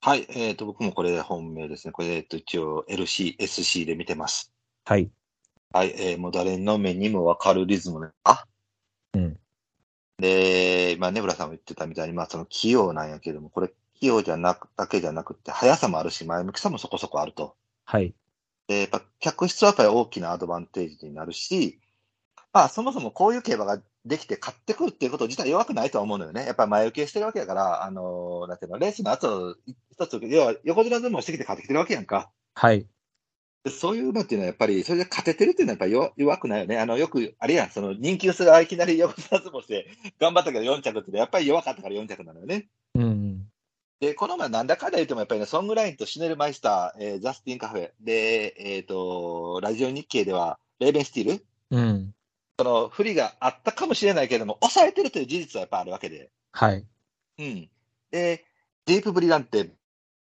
B: はい。えっ、と、僕もこれ本命ですね。これ、えっと、一応 LC、SC で見てます。
A: はい。
B: はい、えーもう誰の目にもわかるリズムね。あ
A: うん
B: で、まあ、ネブラさんも言ってたみたいに、まあ、その器用なんやけども、これ、器用じゃなく、だけじゃなくて、速さもあるし、前向きさもそこそこあると。
A: はい。
B: で、やっぱ、客室はやっぱり大きなアドバンテージになるし、まあ、そもそもこういう競馬ができて買ってくるっていうこと自体弱くないとは思うのよね。やっぱり前受けしてるわけだから、あのーなんていうの、レースの後、一つ、要は横綱相撲してきて買ってきてるわけやんか。
A: はい。
B: でそういうのっていうのはやっぱり、それで勝ててるっていうのはやっぱ弱弱くないよね。あの、よく、あれやん、その人気薄がいきなり横綱相撲して、頑張ったけど4着って、やっぱり弱かったから4着なのよね。
E: うん。
B: で、この前なんだかんだ言っても、やっぱりね、ソングラインとシュネルマイスター、えーザスティンカフェ、で、えっ、と、ラジオ日経では、レーベンスティール、
E: うん。
B: その不利があったかもしれないけれども、抑えてるという事実はやっぱあるわけで。
E: はい。
B: うん。で、ディープブリランテ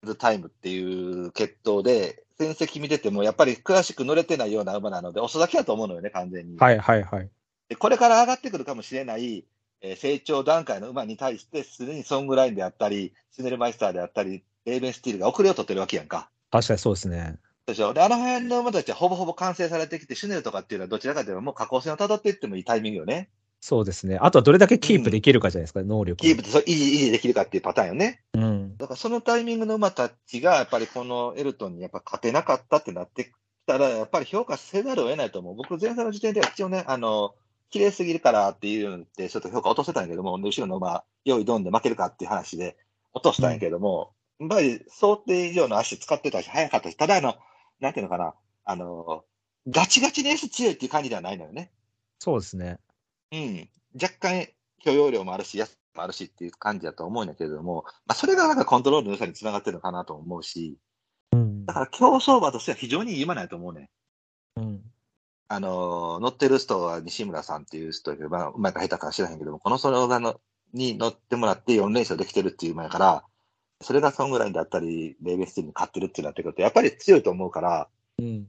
B: ズタイムっていう決闘で、戦績見てても、やっぱりクラシック乗れてないような馬なので、遅咲きだと思うのよね、完全に。
E: はいはいはい。
B: でこれから上がってくるかもしれない、えー成長段階の馬に対して、すでにソングラインであったり、シュネルマイスターであったり、レーベンスティールが遅れを取ってるわけやんか。
A: 確かにそうですね。
B: でしょ。で、あの辺の馬たちはほぼほぼ完成されてきて、シュネルとかっていうのはどちらかというと、もう下降線をたどっていってもいいタイミングよね。
A: そうですね。あとはどれだけキープできるかじゃないですか、能力を。
B: キープと維持維持できるかっていうパターンよね。
A: うん。
B: だからそのタイミングの馬たちが、やっぱりこのエルトンにやっぱ勝てなかったってなってきたら、やっぱり評価せざるを得ないと思う。僕、前座の時点では一応ね、あの、綺麗すぎるからっていうので、ちょっと評価落とせたんやけども、で後ろの馬、用意ドンで負けるかっていう話で落としたんやけども、やっぱり想定以上の足使ってたし、速かったし、ただあの、なんていうのかな、あの、ガチガチに S 強いっていう感じではないのよね。
A: そうですね。
B: うん、若干許容量もあるし、安さもあるしっていう感じだと思うんだけれども、まあ、それがなんかコントロールの良さにつながってるのかなと思うし、
A: うん
B: だ。から競走馬としては非常に今ないと思うね。
A: うん。
B: あのー乗ってる人は西村さんっていう人が、まあ、うまいか下手か知らへんけども、この相談のに乗ってもらって4連勝できてるっていう前から、それがソングラインだったり、レーベンスティーに勝ってるっていうのってくると、やっぱり強いと思うから、
A: うん。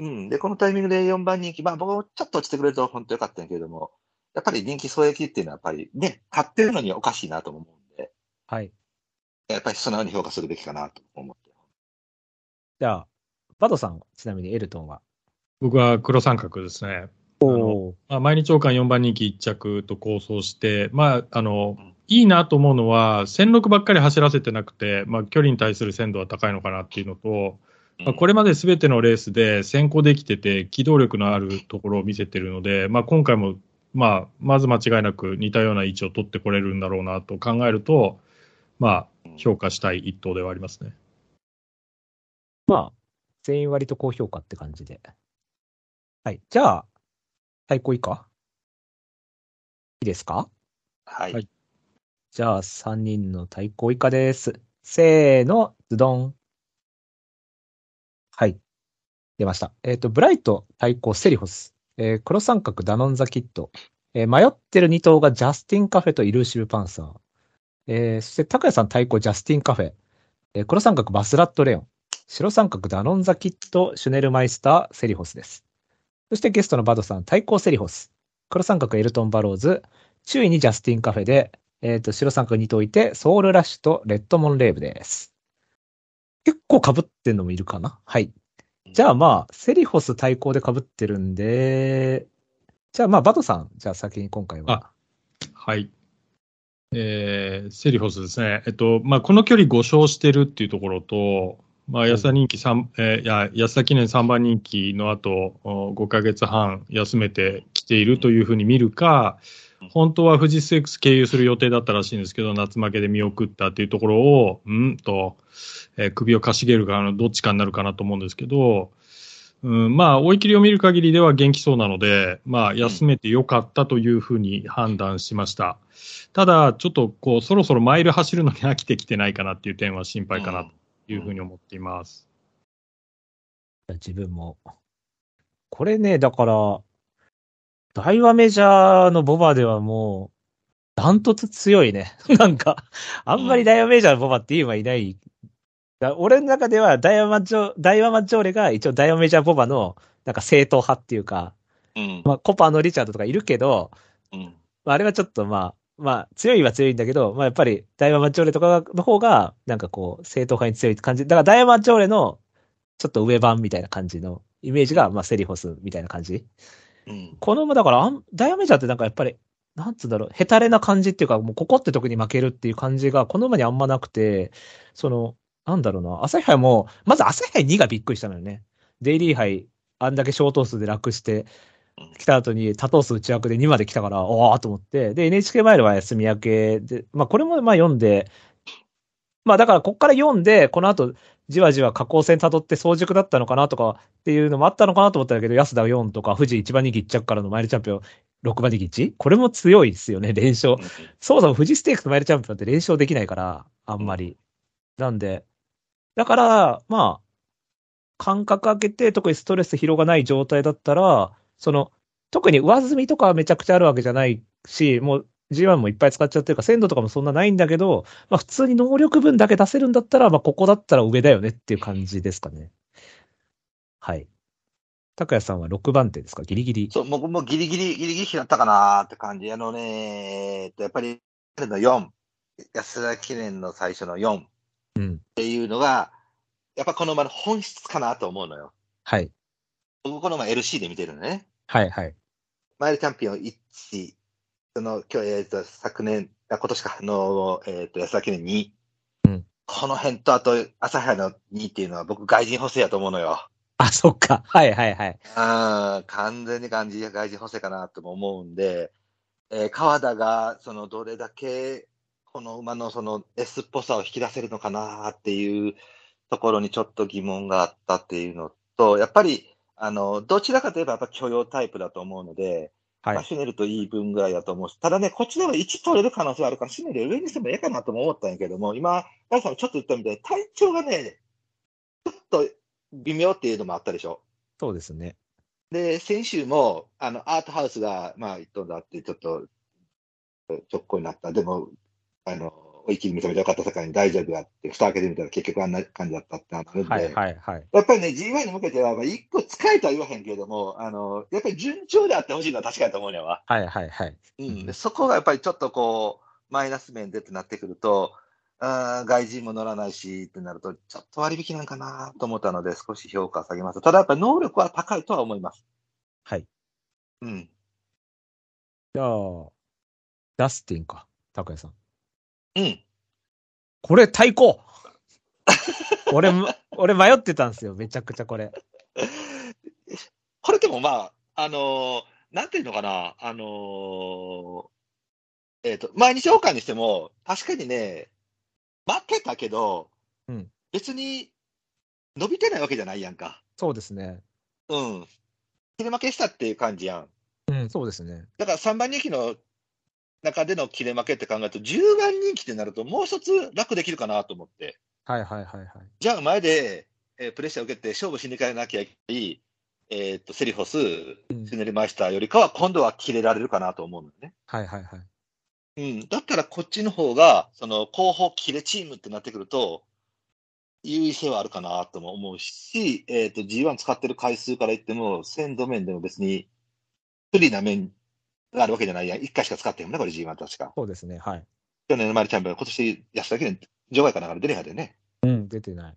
B: うん、で、このタイミングで4番人気、まあ僕もちょっと落ちてくれると本当よかったんやけれども、やっぱり人気総益っていうのはやっぱりね、買ってるのにはおかしいなとも思うんで、
A: はい。
B: やっぱり素直に評価するべきかなと思って。
A: じゃあ、バドさん、ちなみにエルトンは。
E: 僕は黒三角ですね。
A: お
E: まあ、毎日王冠4番人気1着と構想して、まあ、あの、いいなと思うのは、1006ばっかり走らせてなくて、まあ、距離に対する鮮度は高いのかなっていうのと、まあ、これまで全てのレースで先行できてて、機動力のあるところを見せてるので、まあ、今回も、まあ、まず間違いなく似たような位置を取ってこれるんだろうなと考えると、まあ、評価したい一投ではありますね。
A: まあ、全員割と高評価って感じで。はい。じゃあ、最高以下いいですか
B: はい。
E: はい
A: じゃあ、3人の対抗以下です。せーの、ズドン。はい。出ました。えっ、と、ブライト対抗セリホス。えー黒三角ダノンザキット。えー迷ってる2頭がジャスティンカフェとイルーシブパンサー。えーそして、拓也さん対抗ジャスティンカフェ。えー黒三角バスラットレオン。白三角ダノンザキット、シュネルマイスター、セリホスです。そしてゲストのバドさん対抗セリホス。黒三角エルトンバローズ。注意にジャスティンカフェで、えっ、と、白三角にといて、ソウルラッシュとレッドモンレーブです。結構被ってんのもいるかなはい。じゃあまあ、セリホス対抗で被ってるんで、じゃあまあ、バトさん、じゃあ先に今回は。
E: はい。えーセリフォスですね。えっと、まあ、この距離5勝してるっていうところと、まあ、安田人気三、えーいや、安田記念3番人気の後、お5ヶ月半休めてきているというふうに見るか、本当は富士ステークス経由する予定だったらしいんですけど、夏負けで見送ったっていうところを、うんと、えー首をかしげるか、あのどっちかになるかなと思うんですけど、うん、まあ、追い切りを見る限りでは元気そうなので、まあ、休めてよかったというふうに判断しました。ただ、ちょっと、こう、そろそろマイル走るのに飽きてきてないかなっていう点は心配かなというふうに思っています。
A: 自分も。これね、だから、大和メジャーのボバではもう、ダントツ強いね。 なんか、あんまり大和メジャーのボバっていうのはいない。だ俺の中では大和マジョ、大和マジョーレが一応大和メジャーボバの、なんか正統派っていうか、
B: うん。
A: まあ、コパーのリチャードとかいるけど、
B: うん。
A: まあ、あれはちょっとまあ、まあ、強いは強いんだけど、まあ、やっぱり、ダイワマッチョーレとかの方が、なんかこう、正統派に強いって感じ。だから、ダイワマッチョーレの、ちょっと上版みたいな感じの、イメージが、まあ、セリホスみたいな感じ。
B: うん。
A: この、だからあん、ダイワメジャーってなんかやっぱり、なんつうんだろう、ヘタレな感じっていうか、もうここって特に負けるっていう感じが、この馬にあんまなくて、その、なんだろうな、朝日杯も、まず朝日杯2がびっくりしたのよね。デイリー杯、あんだけ小等数で楽して
B: うん、
A: 来た後に多等数内枠で2まで来たから、おーと思って、で、NHK マイルは休み明けで、まあこれもまあ読んで、まあだからこっから読んで、この後、じわじわ下降線辿って早熟だったのかなとかっていうのもあったのかなと思ったんだけど、安田4とか、富士1番人気1着からのマイルチャンピオン6番人気 1? これも強いですよね、連勝。そもそも富士ステークスとマイルチャンピオンって連勝できないから、あんまり。なんで、だから、まあ、間隔空けて、特にストレス疲労がない状態だったら、その、特に上積みとかはめちゃくちゃあるわけじゃないし、もう G1 もいっぱい使っちゃってるから、鮮度とかもそんなないんだけど、まあ普通に能力分だけ出せるんだったら、まあここだったら上だよねっていう感じですかね。はい。高谷さんは6番手ですかギリギリ。
B: そう、もう、もうギリギリ、ギリギリ拾ったかなって感じ。あのね、えっとやっぱり、彼の4、安田記念の最初の4っ
A: うん。
B: ていうのが、やっぱこの馬の本質かなと思うのよ。
A: はい。
B: 僕、この馬 LC で見てるのね。
A: はいはい。
B: マイルチャンピオン1、その、今日、えっ、と、昨年、あ今年か、あの、えっ、と、安田記念2。
A: うん
B: この辺と、あと、朝早の2っていうのは、僕、外人補正やと思うのよ。
A: あ、そっか。はいはいはい。
B: うん、完全に感じ外人補正かなとも思うんで、えー川田がそのどれだけこの馬のその S っぽさを引き出せるのかなっていうところにちょっと疑問があったっていうのと、やっぱりあのどちらかといえばやっぱ許容タイプだと思うので、
A: はい
B: まあシュネルといい分ぐらいだと思うし、ただね、こっちでは1取れる可能性はあるから、シュネル上にしてもええかなとも思ったんやけども、今、大さんもちょっと言ったみたいに、体調がね、ちょっと微妙っていうのもあったでしょ。
A: そうですね。
B: で、先週も、あの、アートハウスが、まあ、一トンだって、ちょっと、直行になった。でも、あの、追い切りめちゃめちゃ良かった坂に大丈夫だって、蓋開けてみたら結局あんな感じだったってなるんで、
A: はいはいはい。
B: やっぱりね、G1 に向けては、まあ、一個使えとは言わへんけれども、あの、やっぱり順調であってほしいのは確かにと思うのよわ。
A: はいはいはい。
B: うん、そこがやっぱりちょっとこう、マイナス面でってなってくると、あー外人も乗らないしってなると、ちょっと割引なんかなと思ったので、少し評価を下げます。ただやっぱり能力は高いとは思います。
A: はい。
B: うん。
A: じゃあ、ダスティンか。高谷さん。
B: うん。
A: これ対抗 俺も、俺迷ってたんですよ。めちゃくちゃこれ。
B: これでもまあ、あのーなんていうのかな、あのーえっ、と、毎日他にしても、確かにね、負けたけど、
A: うん
B: 別に伸びてないわけじゃないやんか。
A: そうですね。
B: うん。切れ負けしたっていう感じやん。
A: うん、そうですね。
B: だから3番人気の中での切れ負けって考えると、10番人気ってなると、もう一つ楽できるかなと思って。
A: はいはいはいはい。
B: じゃあ前で、えープレッシャーを受けて勝負しに行かなきゃいけない、えーっとセリフォス、
A: ん
B: シュネルマイスターよりかは今度は切れられるかなと思うのね。
A: はいはいはい。
B: うん、だったらこっちの方が、その後方切れチームってなってくると、優位性はあるかなとも思うし、えーっと G1 使ってる回数から言っても、鮮度面でも別に不利な面があるわけじゃないやん。1回しか使ってへんもんね、これ G1 確か。
A: そうですね。はい。
B: 去年のマリチャンピオン、今年安田記念、場外かなんかで出れへんやでね。
A: うん、出てない。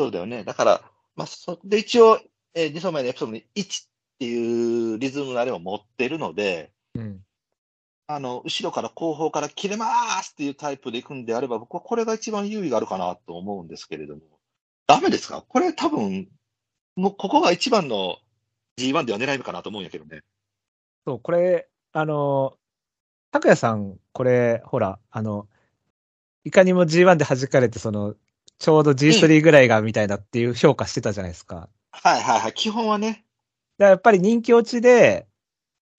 B: そうだよね。だから、まあ、そで一応、えー、2走前のエピソードに1っていうリズムのあれを持ってるので、
A: うん。
B: あの、後ろから後方から切れますっていうタイプで行くんであれば、僕はこれが一番優位があるかなと思うんですけれども、ダメですかこれ多分、もうここが一番の G1 では狙い目かなと思うんやけどね。
A: そう、これ、あの、拓也さん、これ、ほら、あの、いかにも G1 で弾かれて、その、ちょうど G3 ぐらいがみたいなっていう評価してたじゃないですか。
B: はいはいはい。基本はね、
A: だからやっぱり人気落ちで、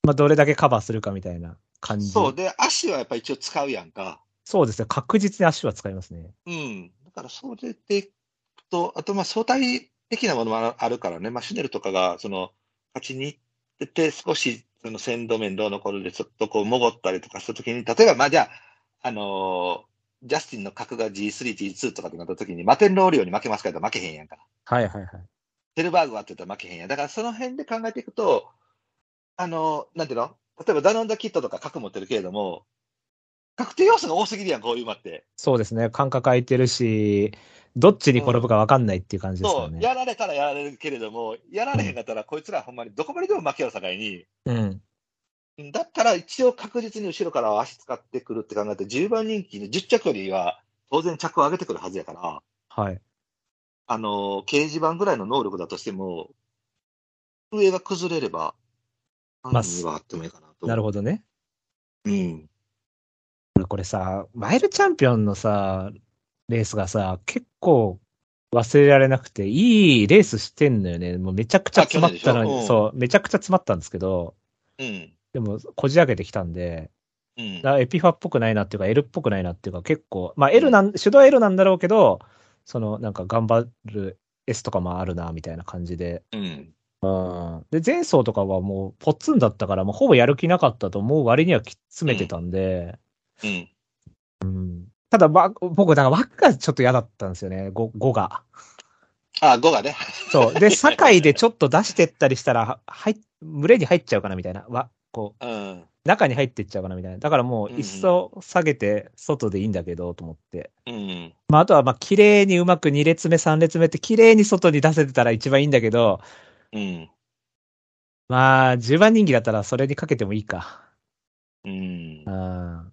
A: まあ、どれだけカバーするかみたいな感じ。
B: そう。で、足はやっぱ一応使うやんか。
A: そうですね。確実に足は使いますね。
B: うん。だから、それでいくと、あと、まあ、相対的なものもああるからね、まあ、シュネルとかが、その、勝ちに行ってて、少し、その、鮮度面どうのこれで、ちょっとこう、もごったりとかしたときに、例えば、まあ、じゃあ、あのージャスティンの角が G3、G2 とかってなったときに、マテンローリオに負けますかと負けへんやんか。
A: はいはいはい。
B: ヘルバーグはって言ったら負けへんやん。だから、その辺で考えていくと、あのーなんていうの例えば、ダノンダキットとか角持ってるけれども、確定要素が多すぎるやん、こういう馬って。
A: そうですね。間隔空いてるし、どっちに転ぶか分かんないっていう感じです
B: そ
A: よ
B: う、
A: ね。
B: やられたらやられるけれども、やられへんかったら、こいつらほんまにどこまででも負けようさかいに、
A: うん。
B: だったら一応確実に後ろからは足使ってくるって考えて、10番人気の10着よりは、当然着を上げてくるはずやから、
A: はい。
B: あの、掲示板ぐらいの能力だとしても、上が崩れれば、
A: まあ
B: 何はあってもいいかなと。
A: なる
B: ほ
A: ほどね。
B: ど。うん。
A: これさ、マイルチャンピオンのさ、レースがさ、結構忘れられなくて、いいレースしてんのよね。もうめちゃくちゃ詰まったの
B: あ去年でし
A: に、
B: ょ
A: そう、めちゃくちゃ詰まったんですけど、
B: うん。
A: でも、こじ開けてきたんで、
B: うん。
A: だからエピファっぽくないなっていうか、L っぽくないなっていうか、結構、まあ L なん、手動は L なんだろうけど、その、なんか頑張る S とかもあるな、みたいな感じで。
B: うん。
A: うん。で、前走とかはもうポツンだったから、もうほぼやる気なかったと思う割にはき詰めてたんで、
B: うん。
A: ただ、わ僕、なんか輪っかちょっと嫌だったんですよね、5, 5が。
B: あ、5がね。
A: そう。で、堺でちょっと出してったりしたら、は入っ群れに入っちゃうかなみたいな。わ、こう、
B: うん。
A: 中に入ってっちゃうかなみたいな。だからもう、一層下げて、外でいいんだけど、と思って。
B: うん。
A: まあ、あとは、まあ、綺麗にうまく2列目、3列目って、綺麗に外に出せてたら一番いいんだけど、
B: うん。
A: まあ、10番人気だったら、それにかけてもいいか。
B: うん
A: う。ん。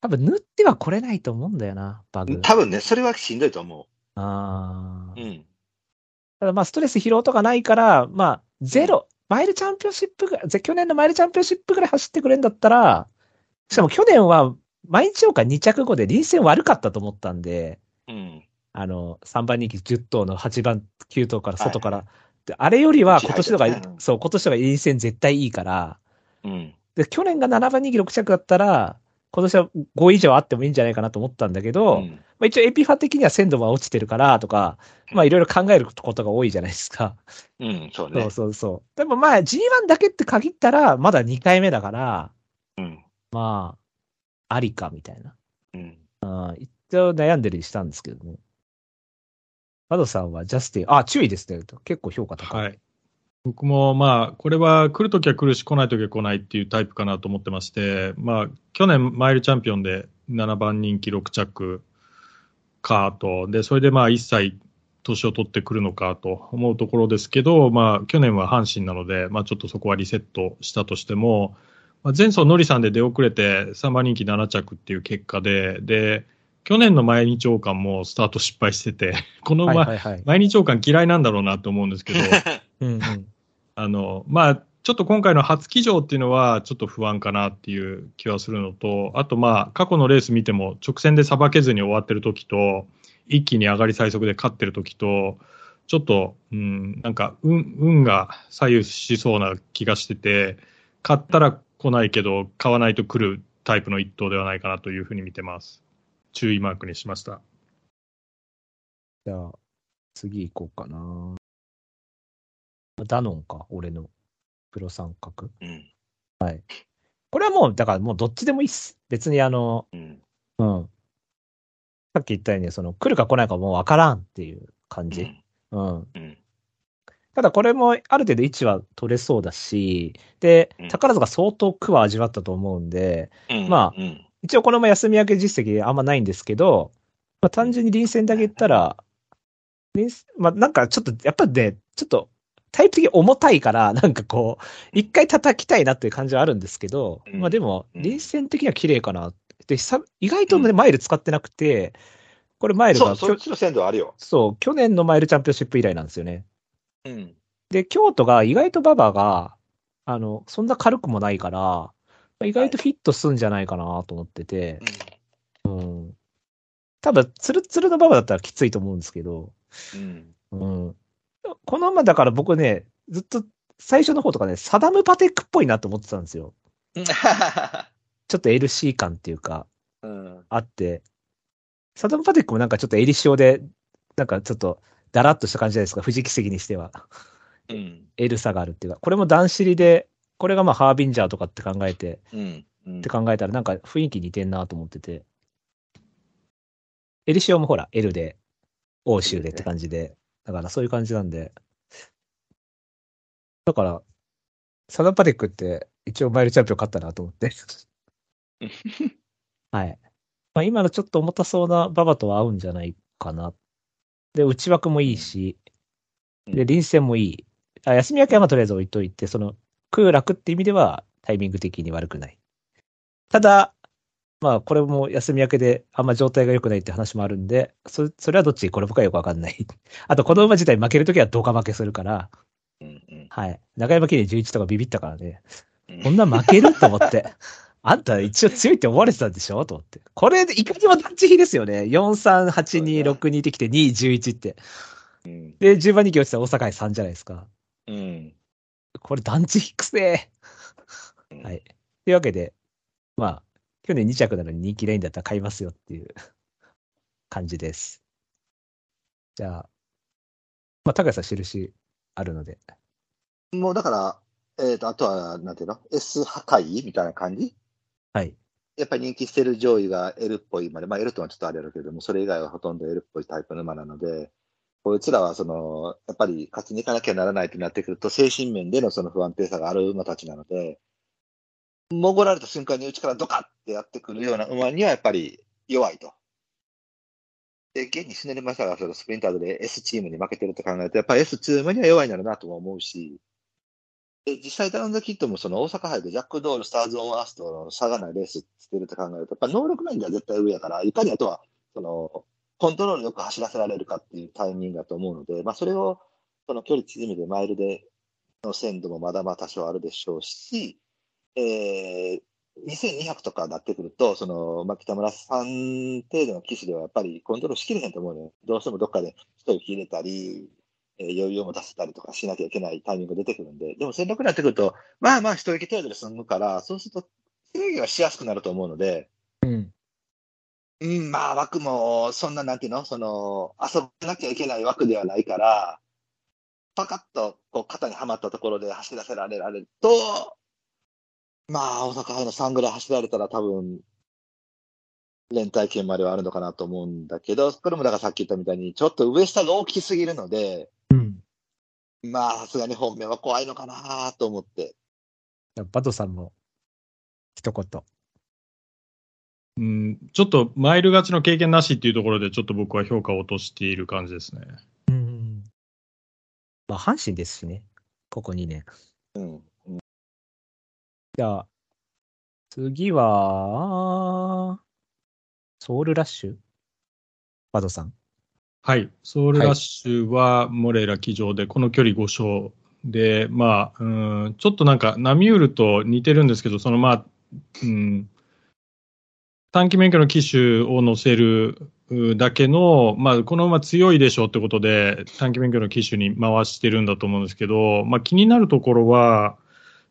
A: 多分、縫っては来れないと思うんだよな、バグ。
B: 多分ね、それはしんどいと思
A: ああ
B: う。う。ん。
A: ただまあ、ストレス疲労とかないから、まあ、ゼロ、マイルチャンピオンシップぐらい、ぜ去年のマイルチャンピオンシップぐらい走ってくれんだったら、しかも去年は、毎日か2着後で臨戦悪かったと思ったんで、
B: うん。
A: あの、3番人気10頭の8番、9頭から外から、であれよりは今年のが、
B: うち入ったねうん
A: そう、今年のが臨戦絶対いいから、
B: うん。
A: で、去年が7番人気6着だったら、今年は5以上あってもいいんじゃないかなと思ったんだけど、
B: うん
A: まあ、一応エピファ的には鮮度は落ちてるからとか、まあいろいろ考えることが多いじゃないですか。
B: うん。そう
A: そ
B: ね
A: う。そうそう。でもまあ G1 だけって限ったら、まだ2回目だから、
B: うん。
A: まあ、ありかみたいな。
B: うん。
A: 一応悩んでるりしたんですけどね。マドさんはジャスティン、あ、注意ですね。と結構評価高い。
E: はい。僕もまあ、これは来るときは来るし、来ないときは来ないっていうタイプかなと思ってまして、まあ、去年マイルチャンピオンで7番人気6着かと、で、それでまあ一切年を取ってくるのかと思うところですけど、まあ、去年は阪神なので、まあちょっとそこはリセットしたとしても、まあ、前走ノリさんで出遅れて3番人気7着っていう結果で、で、去年の毎日王冠もスタート失敗してて、 この
A: はい
E: 馬、
A: はいはい。
E: 毎日王冠嫌いなんだろうなと思うんですけど、
A: うんうん。
E: あの、まあ、ちょっと今回の初騎乗っていうのはちょっと不安かなっていう気はするのと、あとまあ、過去のレース見ても直線でさばけずに終わってる時と、一気に上がり最速で勝ってる時と、ちょっと、うん、なんか、運、運が左右しそうな気がしてて、買ったら来ないけど、買わないと来るタイプの一頭ではないかなというふうに見てます。注意マークにしました。
A: じゃあ、次行こうかな。ダノンか、俺の。黒三角。
B: うん。
A: これはもう、だからもうどっちでもいいっす。別にあの、
B: うん。
A: うん。さっき言ったように、その、来るか来ないかもうわからんっていう感
B: う
A: じ。
B: ん。
A: うん。
B: うん。
A: ただこれもある程度位置は取れそうだし、で
B: う、ん
A: 宝塚相当苦は味わったと思うんで、
B: うん。
A: まあ
B: うん。
A: 一応このまま休み明け実績あんまないんですけど、まあ、単純に臨戦だけ言ったら、臨戦まあなんかちょっと、やっぱね、ちょっと、タイプ的に重たいから、 なんかこう、一回叩きたいなっていう感じはあるんですけど、
B: うん
A: まあでも、
B: うん
A: 臨戦的には綺麗かな。で、久々意外とね、マイル使ってなくて、これマイル
B: そ
A: が
B: う、そっちの鮮度はあるよ。
A: そう、去年のマイルチャンピオンシップ以来なんですよね。
B: うん。
A: で、京都が意外とババが、あの、そんな軽くもないから、まあ意外とフィットすんじゃないかなと思ってて、うん。多分、ツルツルのババだったらきついと思うんですけど、
B: うん。
A: うん。この馬だから僕ね、ずっと最初の方とかね、サダムパテックっぽいなと思ってたんですよ。ちょっと LC 感っていうか、
B: うん。
A: あって、サダムパテックもなんかちょっとエリシオで、なんかちょっと、だらっとした感じじゃないですか、藤木席にしては。
B: うん。
A: エルサがあるっていうか、これも男子りで、これがまあハービンジャーとかって考えて、
B: うん。うん
A: って考えたらなんか雰囲気似てんなと思ってて。エリシオもほら、エルで、欧州でって感じで、だからそういう感じなんで。だから、サダパテックって一応マイルチャンピオン勝ったなと思って。はい。まあ今のちょっと重たそうなババとは合うんじゃないかな。で、内枠もいいし、で、臨戦もいい。あ休み明けはまあとりあえず置いといて、その、空楽って意味ではタイミング的に悪くない。ただ、まあ、これも休み明けであんま状態が良くないって話もあるんで、そそれはどっちに転ぶかよくわかんない。 あと、この馬自体負けるときはドカ負けするから、
B: うん。うん
A: はい。中山記念11とかビビったからね
B: うん、
A: こんな負けると思って。あんた一応強いって思われてたんでしょと思って。これで、いかにも団地比ですよね。4、3、8、2、6、2できて、2、11って。
B: うん。
A: で、10番人気落ちたら大阪へ3じゃないですか。
B: うん。
A: これ団地比くせ
B: うん
A: ー。はい。というわけで、まあ、去年2着なのに人気レインだったら買いますよっていう感じです。じゃあ、まあ、高橋さん印あるので。
B: もうだから、えっ、と、あとは、なんていうの ?S 破壊みたいな感じ
A: はい。
B: やっぱり人気してる上位が L っぽい馬で、まあ L とはちょっとあれだけども、それ以外はほとんど L っぽいタイプの馬なので、こいつらはその、やっぱり勝ちに行かなきゃならないとなってくると、精神面でのその不安定さがある馬たちなので、潜られた瞬間に内からドカッってやってくるような馬にはやっぱり弱いと。で、現にシネルマサがそのスプリンターズで S チームに負けてるって考えると、やっぱり S チームには弱いなるなとも思うし、で、実際ダウンザキットもその大阪杯でジャックドール、スターズオンアースとの差がないレースしてるって考えると、やっぱ能力面では絶対上やから、いかにあとは、その、コントロールよく走らせられるかっていうタイミングだと思うので、まあそれを、その距離縮めてマイルでの鮮度もまだまだ多少あるでしょうし、えー、2200とかなってくると、その、まあ、北村さん程度の騎士ではやっぱりコントロールしきれへんと思うのよ。どうしてもどっかで一息入れたり、えー余裕を持たせたりとかしなきゃいけないタイミングが出てくるんで、でも戦力になってくると、まあまあ一息程度で済むから、そうすると制御がしやすくなると思うので、
A: うん。
B: うん、まあ枠も、そんななんていうの、その、遊ばなきゃいけない枠ではないから、パカッとこう肩にはまったところで走らせられられると、まあ大阪杯の3ぐらい走られたら多分、連帯権まではあるのかなと思うんだけど、これもだからさっき言ったみたいに、ちょっと上下が大きすぎるので、
E: うん。
B: まあ、さすがに本命は怖いのかなと思って。
A: じゃあバトさんも、一言。
E: うん、ちょっとマイル勝ちの経験なしっていうところで、ちょっと僕は評価を落としている感じですね。
A: うん。まあ、阪神ですしね。ここ2年。
B: うん。
A: じゃあ、次は、ソウルラッシュバドさん。
E: はい。ソウルラッシュはモレイラ騎乗で、この距離5勝。で、まあ、うん、ちょっとなんか、ナミュールと似てるんですけど、そのまあ、うん、短期免許の機種を乗せるうだけの、まあ、この馬強いでしょうってことで、短期免許の機種に回してるんだと思うんですけど、まあ、気になるところは、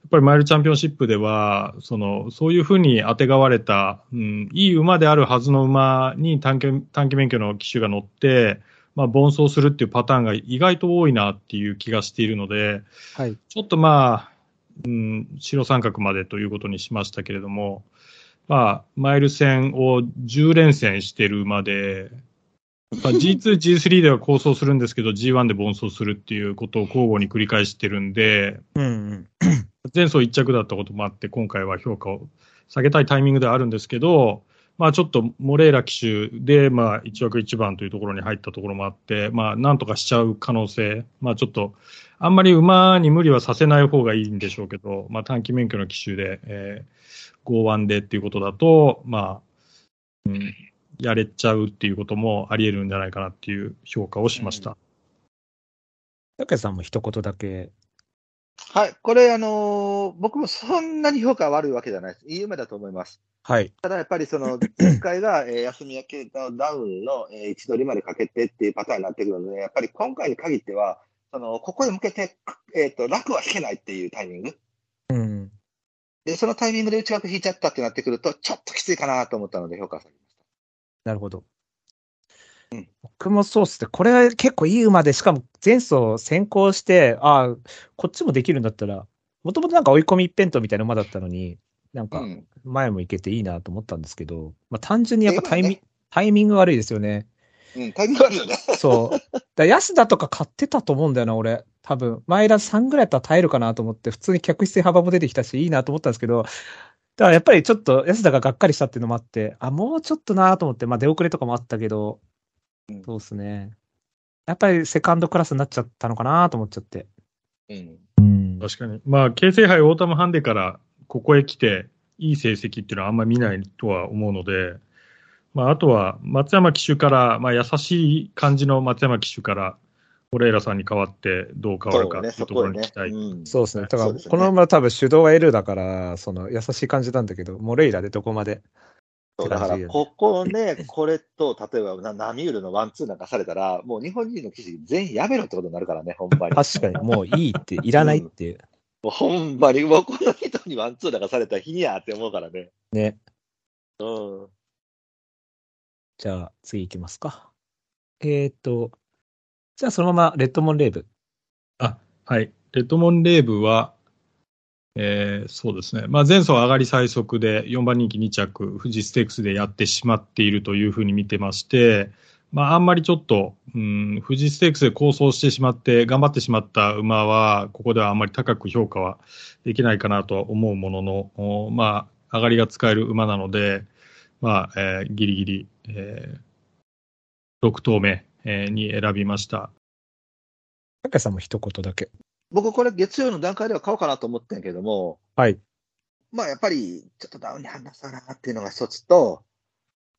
E: やっぱりマイルチャンピオンシップでは、その、そういうふうにあてがわれた、うん、いい馬であるはずの馬に短期短期免許の機種が乗って、まあ、奔走するっていうパターンが意外と多いなっていう気がしているので、
A: はい。
E: ちょっとまあ、うん、白三角までということにしましたけれども、まあ、マイル戦を10連戦してるまで、まあ、G2、G3 では構想するんですけど、G1 で奔走するっていうことを交互に繰り返してるんで、
A: うんうん。
E: 前走一着だったこともあって、今回は評価を下げたいタイミングではあるんですけど、まあちょっとモレーラ騎手で、まあ1枠1番というところに入ったところもあって、まあなんとかしちゃう可能性、まあちょっと、あんまり馬に無理はさせない方がいいんでしょうけど、まあ短期免許の騎手で、えー、5-1でっていうことだと、まあ、うん、やれちゃうっていうこともあり得るんじゃないかなっていう評価をしました。
A: 高橋さんも一言だけ。
B: はい。これ、あのー僕もそんなに評価悪いわけじゃないです。いい馬だと思います。
A: はい。
B: ただやっぱりそ の、前回が、えー休み明けのダウンの、えー位置取りまでかけてっていうパターンになってくるので、やっぱり今回に限っては、その、ここへ向けて、えっ、と、楽は引けないっていうタイミング。
A: うん。
B: で、そのタイミングで内枠引いちゃったってなってくると、ちょっときついかなと思ったので評価されまし
A: なるほど。
B: うん
A: 僕もそうっすね。これは結構いい馬で、しかも前走先行して、ああ、こっちもできるんだったら、もともとなんか追い込み一辺倒みたいな馬だったのに、なん
B: た。
A: か
B: ん。
A: 前も行けていいなと思ったんですけど、まあ単純にやっぱタイミ,、
B: で
A: タイミング悪いですよね。
B: うん、タイミング悪いよね。
A: そう。だから安田とか買ってたと思うんだよな、俺。多分。マイラ3ぐらいだったら耐えるかなと思って、普通に客室幅も出てきたし、いいなと思ったんですけど、だからやっぱりちょっと安田ががっかりしたっていうのもあって、あ、もうちょっとなと思って、まあ出遅れとかもあったけど、そうですね。やっぱりセカンドクラスになっちゃったのかなと思っちゃって。
B: うん。
A: うん。
E: 確かに。まあ、京成杯オータムハンデからここへ来て、いい成績っていうのはあんまり見ないとは思うので、まあ、あとは松山騎手から、まあ、優しい感じの松山騎手から、トレイラさんに代わってどう変わるかっていうところに期待。
B: うん
A: そうですね。だか
B: そう
A: ら、
B: ですね
A: この馬多分手動は L だから、その優しい感じなんだけど、モレイラでどこまで。
B: そうだか
A: って感じよ
B: ら、
A: ね
B: ここね、これと、例えばな、ナミュールのワンツーなんかされたら、もう日本人の騎士全員やめろってことになるからね、ほんま に。
A: 確かに、もういいって、いらないっていう。
B: もうほんまに、もうこの人にワンツーなんかされたら日にやって思うからね。
A: ね。
B: うん。
A: じゃあ、次行きますか。えっ、ー、と、じゃあそのまま、レッドモンレーブ。
E: はい。レッドモンレーブは、えーそうですね。まあ、前走上がり最速で4番人気2着、富士ステークスでやってしまっているというふうに見てまして、まあ、あんまりちょっと、うん、富士ステークスで構想してしまって、頑張ってしまった馬は、ここではあんまり高く評価はできないかなとは思うものの、おまあ、上がりが使える馬なので、まあ、えーギリギリ、え6頭目、えーに選びました。
A: 高橋さんも一言だけ。
B: 僕、これ月曜の段階では買おうかなと思ってんやけども、
A: はい。
B: まあ、やっぱり、ちょっとダウンに話そうなっていうのが一つと、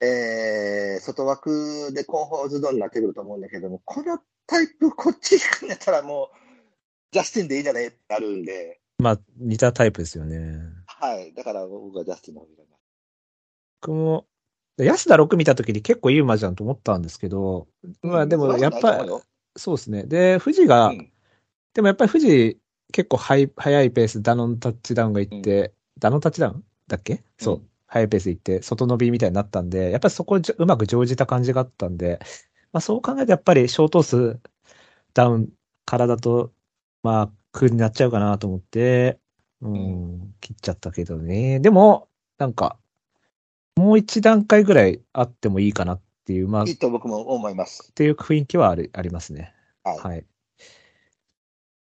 B: えー、外枠で後方ズドンになってくると思うんだけども、このタイプ、こっちに行くんやったらもう、ジャスティンでいいんじゃねってなるんで、
A: まあ、似たタイプですよね。
B: はい。だから僕はジャスティンの方に入れます。
A: 僕も、安田6見たときに結構いい馬じゃんと思ったんですけど、まあでもやっぱり、そうですね。で、富士が、
B: うん
A: でもやっぱり富士、結構ハイ早いペース、ダノンタッチダウンがいって、ダノンタッチダウンだっけ、そう。早いペースでいって、外伸びみたいになったんで、やっぱりそこをじょうまく乗じた感じがあったんで、まあそう考えてやっぱり小頭数ダウンからだと、まあ、空になっちゃうかなと思って、うん、切っちゃったけどね。でも、なんか、もう一段階ぐらいあってもいいかなっていう、まあ、っ
B: いいと僕も思います。
A: ていう雰囲気はあるありますね。
B: はい。
A: はい。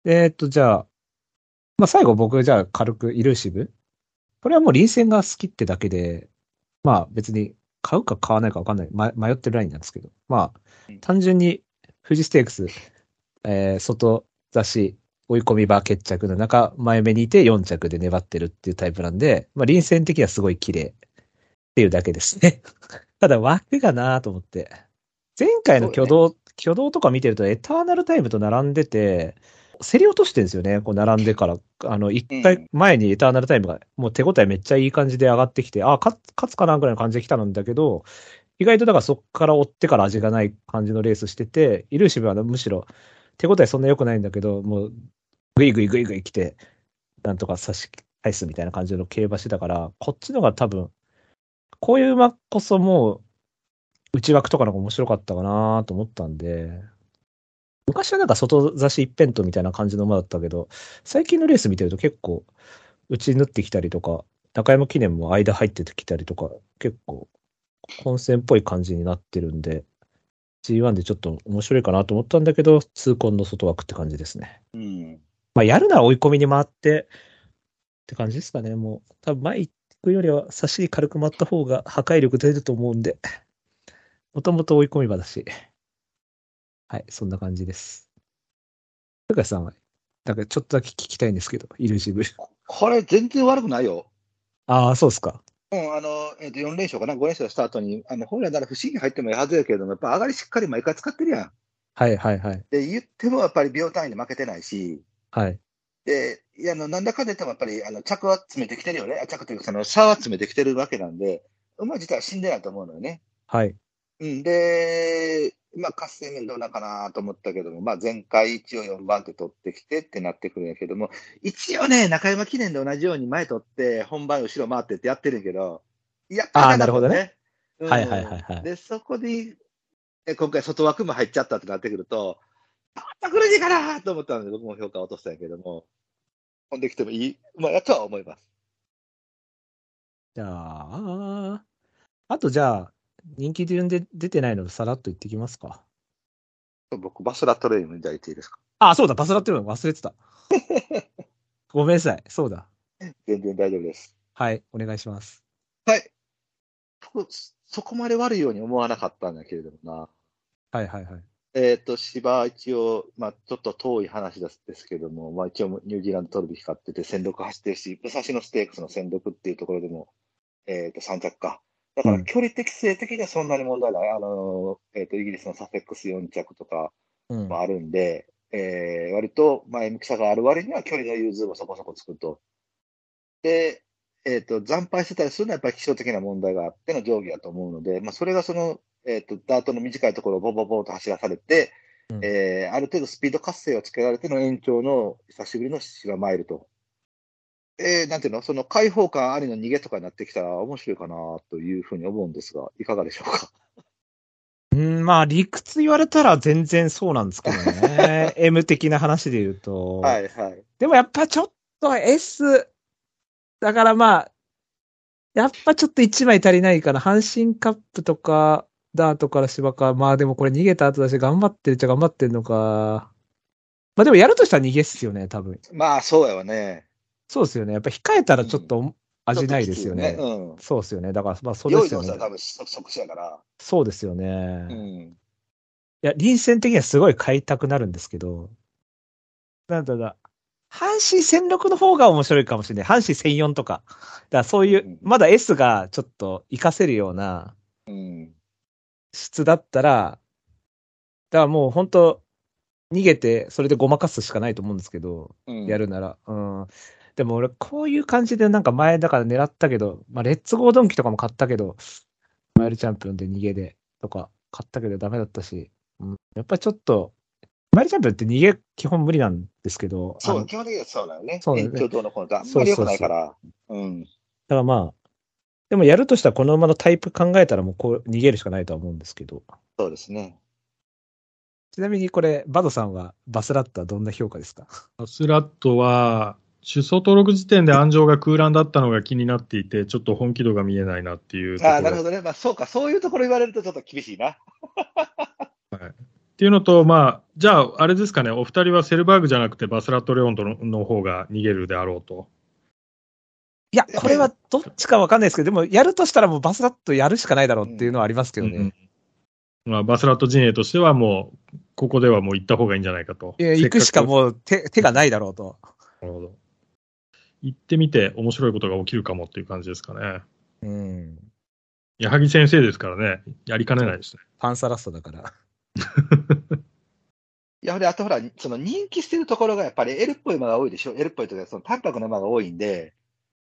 A: えーっと、じゃあ、まあ、最後僕、じゃあ軽くイルーシブ。これはもう臨戦が好きってだけで、まあ別に買うか買わないか分かんない、ま、迷ってるラインなんですけど、まあ単純に富士ステークス、えー外差し、追い込み場決着の中、前目にいて4着で粘ってるっていうタイプなんで、まあ臨戦的にはすごい綺麗っていうだけですね。 ただ枠がなぁと思って。前回の挙動、挙動とか見てると、エターナルタイムと並んでて、競り落としてるんですよね、こう並んでから。あの、一回前にエターナルタイムが、もう手応えめっちゃいい感じで上がってきて、ああ、勝つ勝つかなぐらいの感じで来たんだけど、意外とだからそこから追ってから味がない感じのレースしてて、イルーシブはむしろ手応えそんな良くないんだけど、もう、ぐいぐいぐいぐい来て、なんとか差し返すみたいな感じの競馬してたから、こっちのが多分、こういう馬こそもう、内枠とかの方が面白かったかなと思ったんで、昔はなんか外差し一辺倒みたいな感じの馬だったけど、最近のレース見てると結構、内縫ってきたりとか、中山記念も間入ってきたりとか、結構、混戦っぽい感じになってるんで、G1 でちょっと面白いかなと思ったんだけど、痛恨の外枠って感じですね。
B: うん。
A: まあ、やるなら追い込みに回ってって感じですかね、もう。多分前行くよりは差しに軽く回った方が破壊力出ると思うんで、 もともと追い込み場だし。はい、そんな感じです。高橋さんは、なんかちょっとだけ聞きたいんですけど、イルーシブ。
B: これ全然悪くないよ。
A: ああ、そうですか。
B: うん、あの、えっ、と、4連勝かな、5連勝した後に、あの、本来なら不思議入ってもいいはずやけれども、やっぱ上がりしっかり毎回使ってるやん。
A: はいはいはい。
B: で、言ってもやっぱり秒単位で負けてないし、
A: はい。
B: で、いや、あの、なんだかんだ言ってもやっぱり、あの、着は詰めてきてるよね。あ着というか、その、差は詰めてきてるわけなんで、馬自体は死んでないと思うのよね。
A: はい。
B: うん、で、まあ、活性面どうなんかなと思ったけども、まあ、前回一応4番手取ってきてってなってくるんやけども、一応ね、中山記念で同じように前取って、本番後ろ回ってってやってるんやけど、いや、
A: あー
B: 肩だもん
A: なるほどね。
B: うん
A: はいはいはいはい
B: で、そこで、え今回外枠も入っちゃったってなってくると、また苦しいかなと思ったので、僕も評価落としたんやけども、飛んできてもいい、まあ、やとは思います。
A: じゃあ、あとじゃあ、人気順で出てないのでさらっと言ってきますか。
B: 僕、バスラトレイムじゃあいていいですか
A: あ、そうだ、バスラってるの忘れてた。 ごめんなさい、そうだ。
B: 全然大丈夫です。
A: はい、お願いします。
B: はい。僕、そそこまで悪いように思わなかったんだけれどもな。
A: はいはいはい。
B: えっ、と、芝、一応、まあ、ちょっと遠い話ですですけども、まあ、一応、ニュージーランド取るべきかってて、戦力走ってるし、武蔵野ステークスの戦力っていうところでも、えっ、と、3着か。だか
A: う
B: ら、
A: ん
B: 距離適正的にはそんなに問題ない。あのー、えっ、と、イギリスのサセックス4着とか、
A: うん
B: もあるんで、えー割と前向きさがある割には距離の融通もそこそこつくと。で、えっ、と、惨敗してたりするのはやっぱり基礎的な問題があっての定規だと思うので、まあ、それがその、えっ、と、ダートの短いところをボボボボと走らされて、
A: うん
B: えーある程度スピード活性をつけられての延長の久しぶりの芝マイルと。えーなんていうのその開放感ありの逃げとかになってきたら面白いかなというふうに思うんですが、いかがでしょうか
A: うん、まあ理屈言われたら全然そうなんですけど ね。M 的な話で言うと。
B: はいはい。
A: でもやっぱちょっと S、だからまあ、やっぱちょっと1枚足りないかな。阪神カップとか、ダートから芝か。まあでもこれ逃げた後だし、頑張ってるっちゃ頑張ってんのか。まあでもやるとしたら逃げっすよね、多分。
B: まあ、そうやわね。
A: そうですよね。やっぱ控えたらちょっと味ないですよね。
B: ちょっときついうん。
A: そうですよね。だから、まあそう
B: 用
A: で
B: 意
A: すよ
B: 動
A: ね
B: 作は。多分即即死やから。
A: そうですよね。
B: うん。、
A: いや、臨戦的にはすごい買いたくなるんですけど、なんだろうな、阪神戦力の方が面白いかもしれない。阪神戦4とか。だからそういううんまだ S がちょっと活かせるような
B: うん。
A: 質だったら、だからもう本当逃げて、それでごまかすしかないと思うんですけど、
B: うん
A: やる。なら。うん。でも俺、こういう感じでなんか前だから狙ったけど、まあ、レッツゴードンキとかも買ったけど、マイルチャンピオンで逃げでとか買ったけどダメだったし、うん、やっぱりちょっと、マイルチャンピオンって逃げ基本無理なんですけど、あ
B: そ
A: の
B: う、基本的にはそうだよね。
A: そうだね
B: 延長どうのこうのってあんまり良くないから。うん。
A: だからまあ、でもやるとしたらこの馬のタイプ考えたらもうこう逃げるしかないとは思うんですけど、
B: そうですね。
A: ちなみにこれ、バドさんはバスラッタはどんな評価ですか
E: アスラットは、出走登録時点で安城が空欄だったのが気になっていて、ちょっと本気度が見えないなっていうところ。
B: ああ、なるほどね。まあ、そうか。そういうところ言われるとちょっと厳しいな。
E: っていうのと、まあ、じゃあ、あれですかね、お二人はセルバーグじゃなくてバスラット・レオンとのの方が逃げるであろうと。
A: いや、これはどっちかわかんないですけど、でもやるとしたらもうバスラットやるしかないだろうっていうのはありますけどね。
E: うんまあ、バスラット陣営としては、もう、ここではもう行った方がいいんじゃないかと。
A: いや行くしか
E: う。
A: もう手手がないだろうと。
E: なるほど。行ってみて、面白いことが起きるかもっていう感じですかね。
A: うん。
E: 矢作先生ですからね、やりかねないですね。
A: パンサラストだから。
B: やはり、あとほら、その人気してるところがやっぱり L っぽい馬が多いでしょ。L っぽいというか、その淡白な馬が多いんで、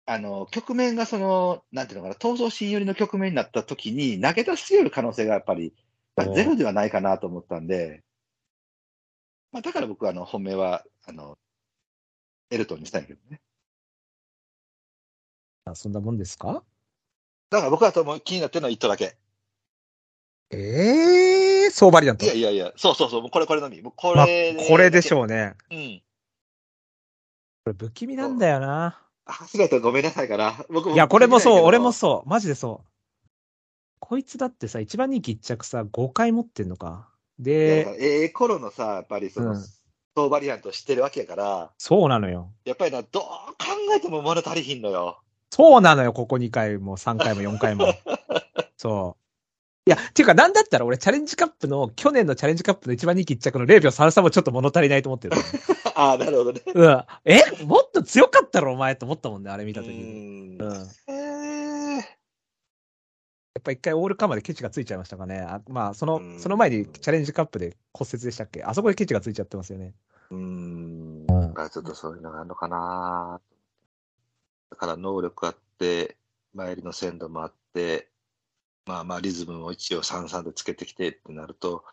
B: あの、局面がその、なんていうのかな、闘争心寄りの局面になった時に投げ出すより可能性がやっぱり、まあ
E: おう
B: ゼロではないかなと思ったんで、まあ、だから僕はあの、本命は、あの、エルトンにしたいけどね。
A: あそんなもんですか
B: だから僕はともう気になってるのは1頭だけ。
A: ええー、そうバリアント
B: いや。いやいや、そうそうそう、もうこれこれのみ。もうこ
A: まあ
B: れ、、
A: これでしょうね。
B: う。うん。
A: これ不気味なんだよな。
B: あ、姿ごめんなさいから。僕
A: いや、これもそう、俺も
B: そ
A: そう、マジでそう。こいつだってさ、一番人気一着さ、5回持ってんのか。
B: う。え
A: で、
B: ええ頃のさ、やっぱりその、
A: うん
B: ソーバリアント知ってるわけやから、
A: そうなのよ。
B: やっぱりな、どう考えても物足りひんのよ。
A: そうなのよ、ここ2回も、3回も、4回も。そう。いや、っていうか、なんだったら俺、チャレンジカップの、去年のチャレンジカップの一番人気一着の0秒33もちょっと物足りないと思ってる。
B: ああ、なるほどね。
A: うん。えもっと強かったろ、お前と思ったもんね、あれ見
B: う
A: たときに。
B: ん
A: う。ん。やっ
B: えー
A: ぱ一回オールカンまでケチがついちゃいましたかね。あまあ、その
B: う、ん
A: その前にチャレンジカップで骨折でしたっけあそこでケチがついちゃってますよね。
B: うーん。
A: うん
B: だからちょっとそういうのがあるのかなだから能力あって、参りの鮮度もあって、まあまあリズムも一応33でつけてきてってなると、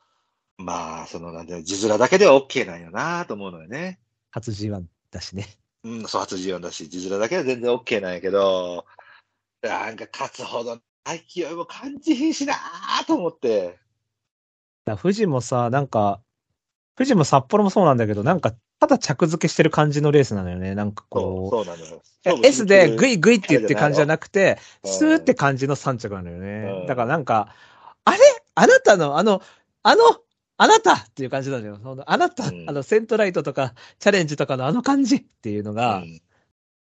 B: まあ、その、なんていうの、字面だけでは OK なんよなと思うのよね。
A: 初 G1 だしね。
B: うん、そう、初字音だし、字面だけは全然 OK なんやけど、なんか勝つほど勢いも感じひんしなーと思って。
A: だから富士もさ、なんか、富士も札幌もそうなんだけど、なんか、ただ着付けしてる感じのレースなのよね。なんか
B: そう、
A: こ
B: そうなのよ。
A: う、え S でグ
B: イ
A: イグイって言ってる感じじゃなくて、
B: うん
A: スーって感じの3着なのよ
B: う
A: ね
B: ん。
A: だからなんか、あれあなたの、あの、あの、あなたっていう感じなのよ。そのあなた、
B: うん
A: あの、セントライトとか、チャレンジとかのあの感じっていうのが、
B: うん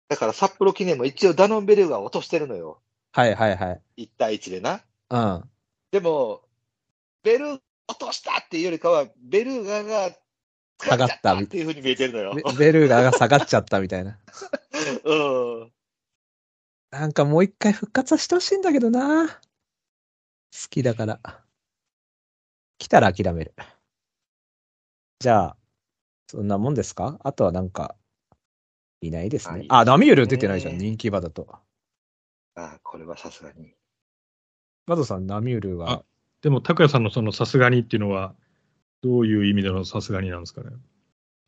B: だから札幌記念も一応ダノンベルーガを落としてるのよ。
A: はいはいはい。
B: 1対1でな。
A: うん。
B: でも、ベルーガ落としたっていうよりかは、ベルーガが
A: 下がった
B: っていうふうに見えてるのよ。
A: ベベルーガが下がっちゃったみたいな。
B: うん。
A: なんかもう一回復活はしてほしいんだけどな。好きだから。来たら諦める。じゃあ、そんなもんですかあとはなんか、いないです
B: はい
A: ね。あ、ナミュール出てないじゃん、
B: ね
A: 人気馬だと。
B: あこれはさすがに。
A: マドさん、ナミュールは、
E: でも、拓也さんのそのさすがにっていうのは、どういう意味でのさすがになんですかね。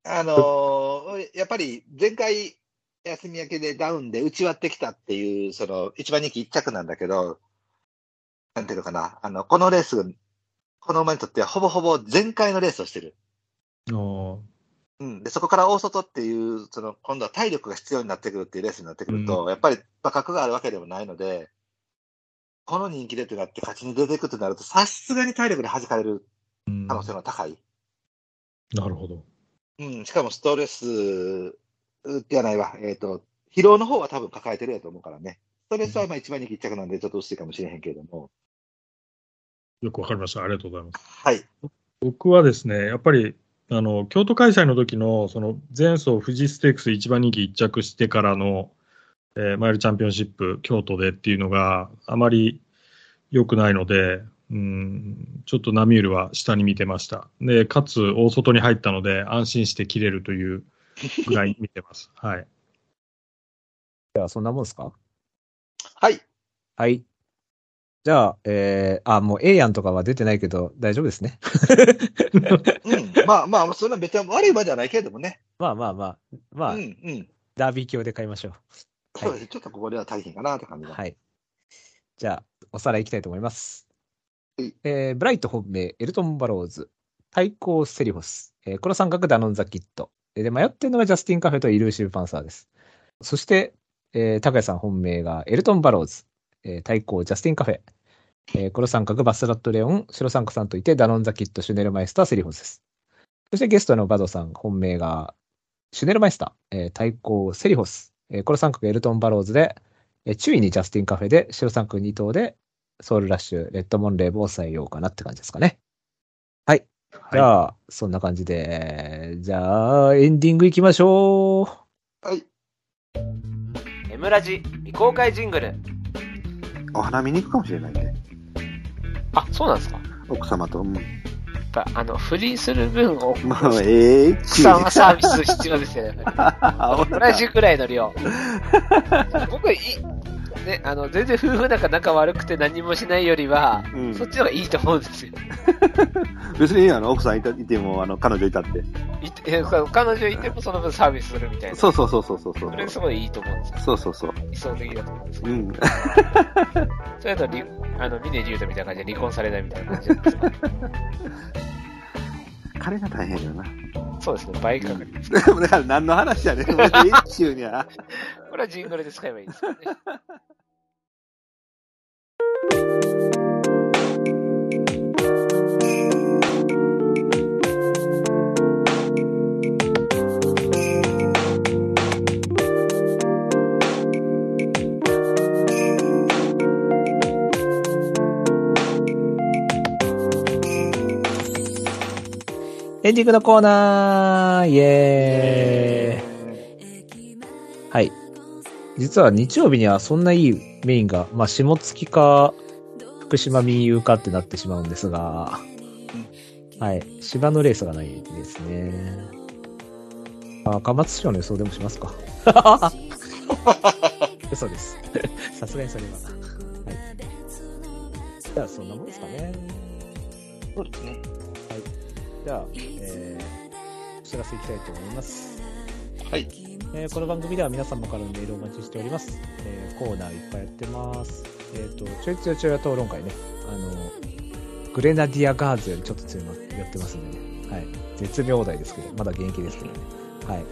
B: あのーやっぱり前回休み明けでダウンで打ち割ってきたっていう、その一番人気一着なんだけど、なんていうのかな、あの、このレース、この馬にとってはほぼほぼ全開のレースをしてる。
E: あー
B: うん、でそこから大外っていう、その今度は体力が必要になってくるっていうレースになってくると、やっぱり馬格があるわけでもないので、この人気でってなって勝ちに出ていくとなると、さすがに体力で弾かれる
E: うん
B: 可能性の高い。
E: なるほど。
B: うん、しかもストレスじゃないわ、えっ、と、疲労の方は多分抱えてるやと思うからね。ストレスは今一番人気一着なんで、ちょっと薄いかもしれへんけれども。
E: よくわかりました。ありがとうございます。
B: はい。
E: 僕はですね、やっぱり、あの、京都開催の時の、その、前走富士ステークス一番人気一着してからの、えーマイルチャンピオンシップ京都でっていうのがあまり良くないので、うん、ちょっとナミュールは下に見てました。で、かつ大外に入ったので安心して切れるというぐらい見てます。はい。
A: じゃあそんなもんですか
B: はい。
A: はい。じゃあ、えー、あ、もう A やんとかは出てないけど、大丈夫ですね。
B: うん。まあまあ、そんな別に悪い馬じゃないけれどもね。
A: まあまあまあ、まあ、
B: うんうん。
A: ダービー卿で買いましょ
B: そうです。ちょっとここでは大変かなって感
A: う。
B: じが。
A: はい。じゃあ、おさらいいきたいと思います
B: はい。
A: えー、ブライト本命、エルトン・バローズ、対抗セリフォス、えー、この三角ダノン・ザ・キット。えーで、迷ってるのがジャスティン・カフェとイルーシブ・パンサーです。そして、えー、高谷さん本命がエルトン・バローズ、えー、対抗ジャスティン・カフェ、えー、黒三角、バスラット・レオン、白三角さんといて、ダノン・ザ・キット、シュネルマイスター、セリフォスです。そしてゲストのバドさん、本命が、シュネルマイスター、えー対抗セリフォス、えー、黒三角エルトン・バローズで、えー、注意にジャスティン・カフェで、白三角2頭で、ソウルラッシュ、レッドモンレーブを抑えようかなって感じですかね。はい。 じゃあ、そんな感じで、じゃあ、エンディングいきましょう。
B: はい。
C: エムラジ未公開ジングル。
D: お花見に行くかもしれないね。
F: あ、そうなんですか
D: 奥様と。うん
F: やっぱ、あの、フリーする分、お
D: まあ、ええー、
F: 客さんはサービス必要ですよね。同じぐらいの量。僕、い、ね、あの、全然夫婦なんか仲悪くて何もしないよりは、
D: うん
F: そっちの方がいいと思うんですよ。
D: 別にあの奥さんいたいてもあの彼女いたって。
F: いてえ彼女いてもその分サービスするみたいな。
D: そうそうそうそうそうそ
F: それ
D: う。
F: すごいいいと思うんですよ。
D: そうそうそう。
F: 理想的だと思うんですけ
D: う
F: ど。
D: ん。
F: それだとり、あの、峰竜太みたいな感じで離婚されないみたいな感じなんですか。
D: 彼が大変だよな。
F: そうですね、倍かかります。
D: でもだから何の話やねん。もうええ中には。
F: これはジングルで使えばいいですよね。
A: エンディングのコーナーイエーイはい。実は日曜日にはそんないいメインが、まあ、下月か、福島民友かってなってしまうんですが、はい。芝のレースがないですね。あ、赤松賞の予想でもしますか。嘘です。さすがにそれは。はい。じゃあ、そんなもんですかね。
B: そうですね。
A: じゃあ、えーお知らせいきたいと思います。
B: はい。
A: えーこの番組では皆様からのメールをお待ちしております。えーコーナーいっぱいやってます。えっ、と、ちょいちょいちょい討論会ね。あの、グレナディアガーズよりちょっと強いのやってますんでね。はい。絶妙台ですけど、まだ現役ですけどね。はい。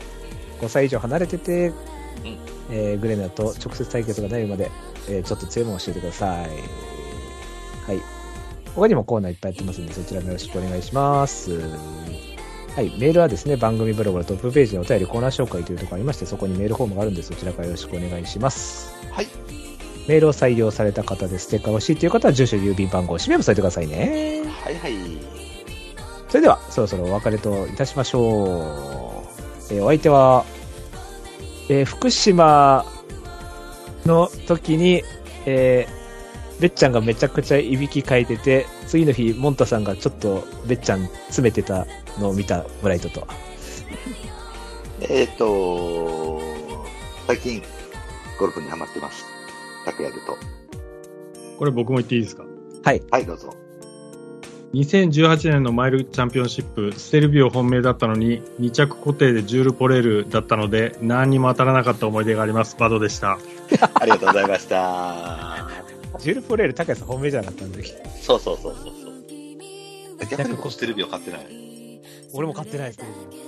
A: 5歳以上離れてて、えーグレナと直接対決がないまで、えーちょっと強いもの教えてください。はい。他にもコーナーいっぱいやってますんで、そちらもよろしくお願いします。はい、メールはですね、番組ブログのトップページにお便りコーナー紹介というところがありまして、そこにメールフォームがあるんで、そちらからよろしくお願いします。
B: はい。
A: メールを採用された方でステッカーが欲しいという方は、住所、郵便番号、氏名も添えてくださいね。
B: はいはい。
A: それでは、そろそろお別れといたしましょう。えーお相手は、えー福島の時に、えーべっちゃんがめちゃくちゃいびきかいてて、次の日、モンタさんがちょっとべっちゃん詰めてたのを見たブライトと。
B: えっ、と、最近、ゴルフにハマってます。拓也でと。
E: これ僕も言っていいですか
A: はい。
B: はい、どうぞ。
E: 2018年のマイルチャンピオンシップ、ステルビオ本命だったのに、2着固定でジュール・ポレールだったので、何にも当たらなかった思い出があります。バドでした。
B: ありがとうございました。
A: ジュール・フォレール、高橋さん本命じゃなかったんだっけ
B: そうそうそうそうそう。逆
A: に
B: に
A: こう
B: こうステルビを買ってない。
A: 俺も買ってないですけど。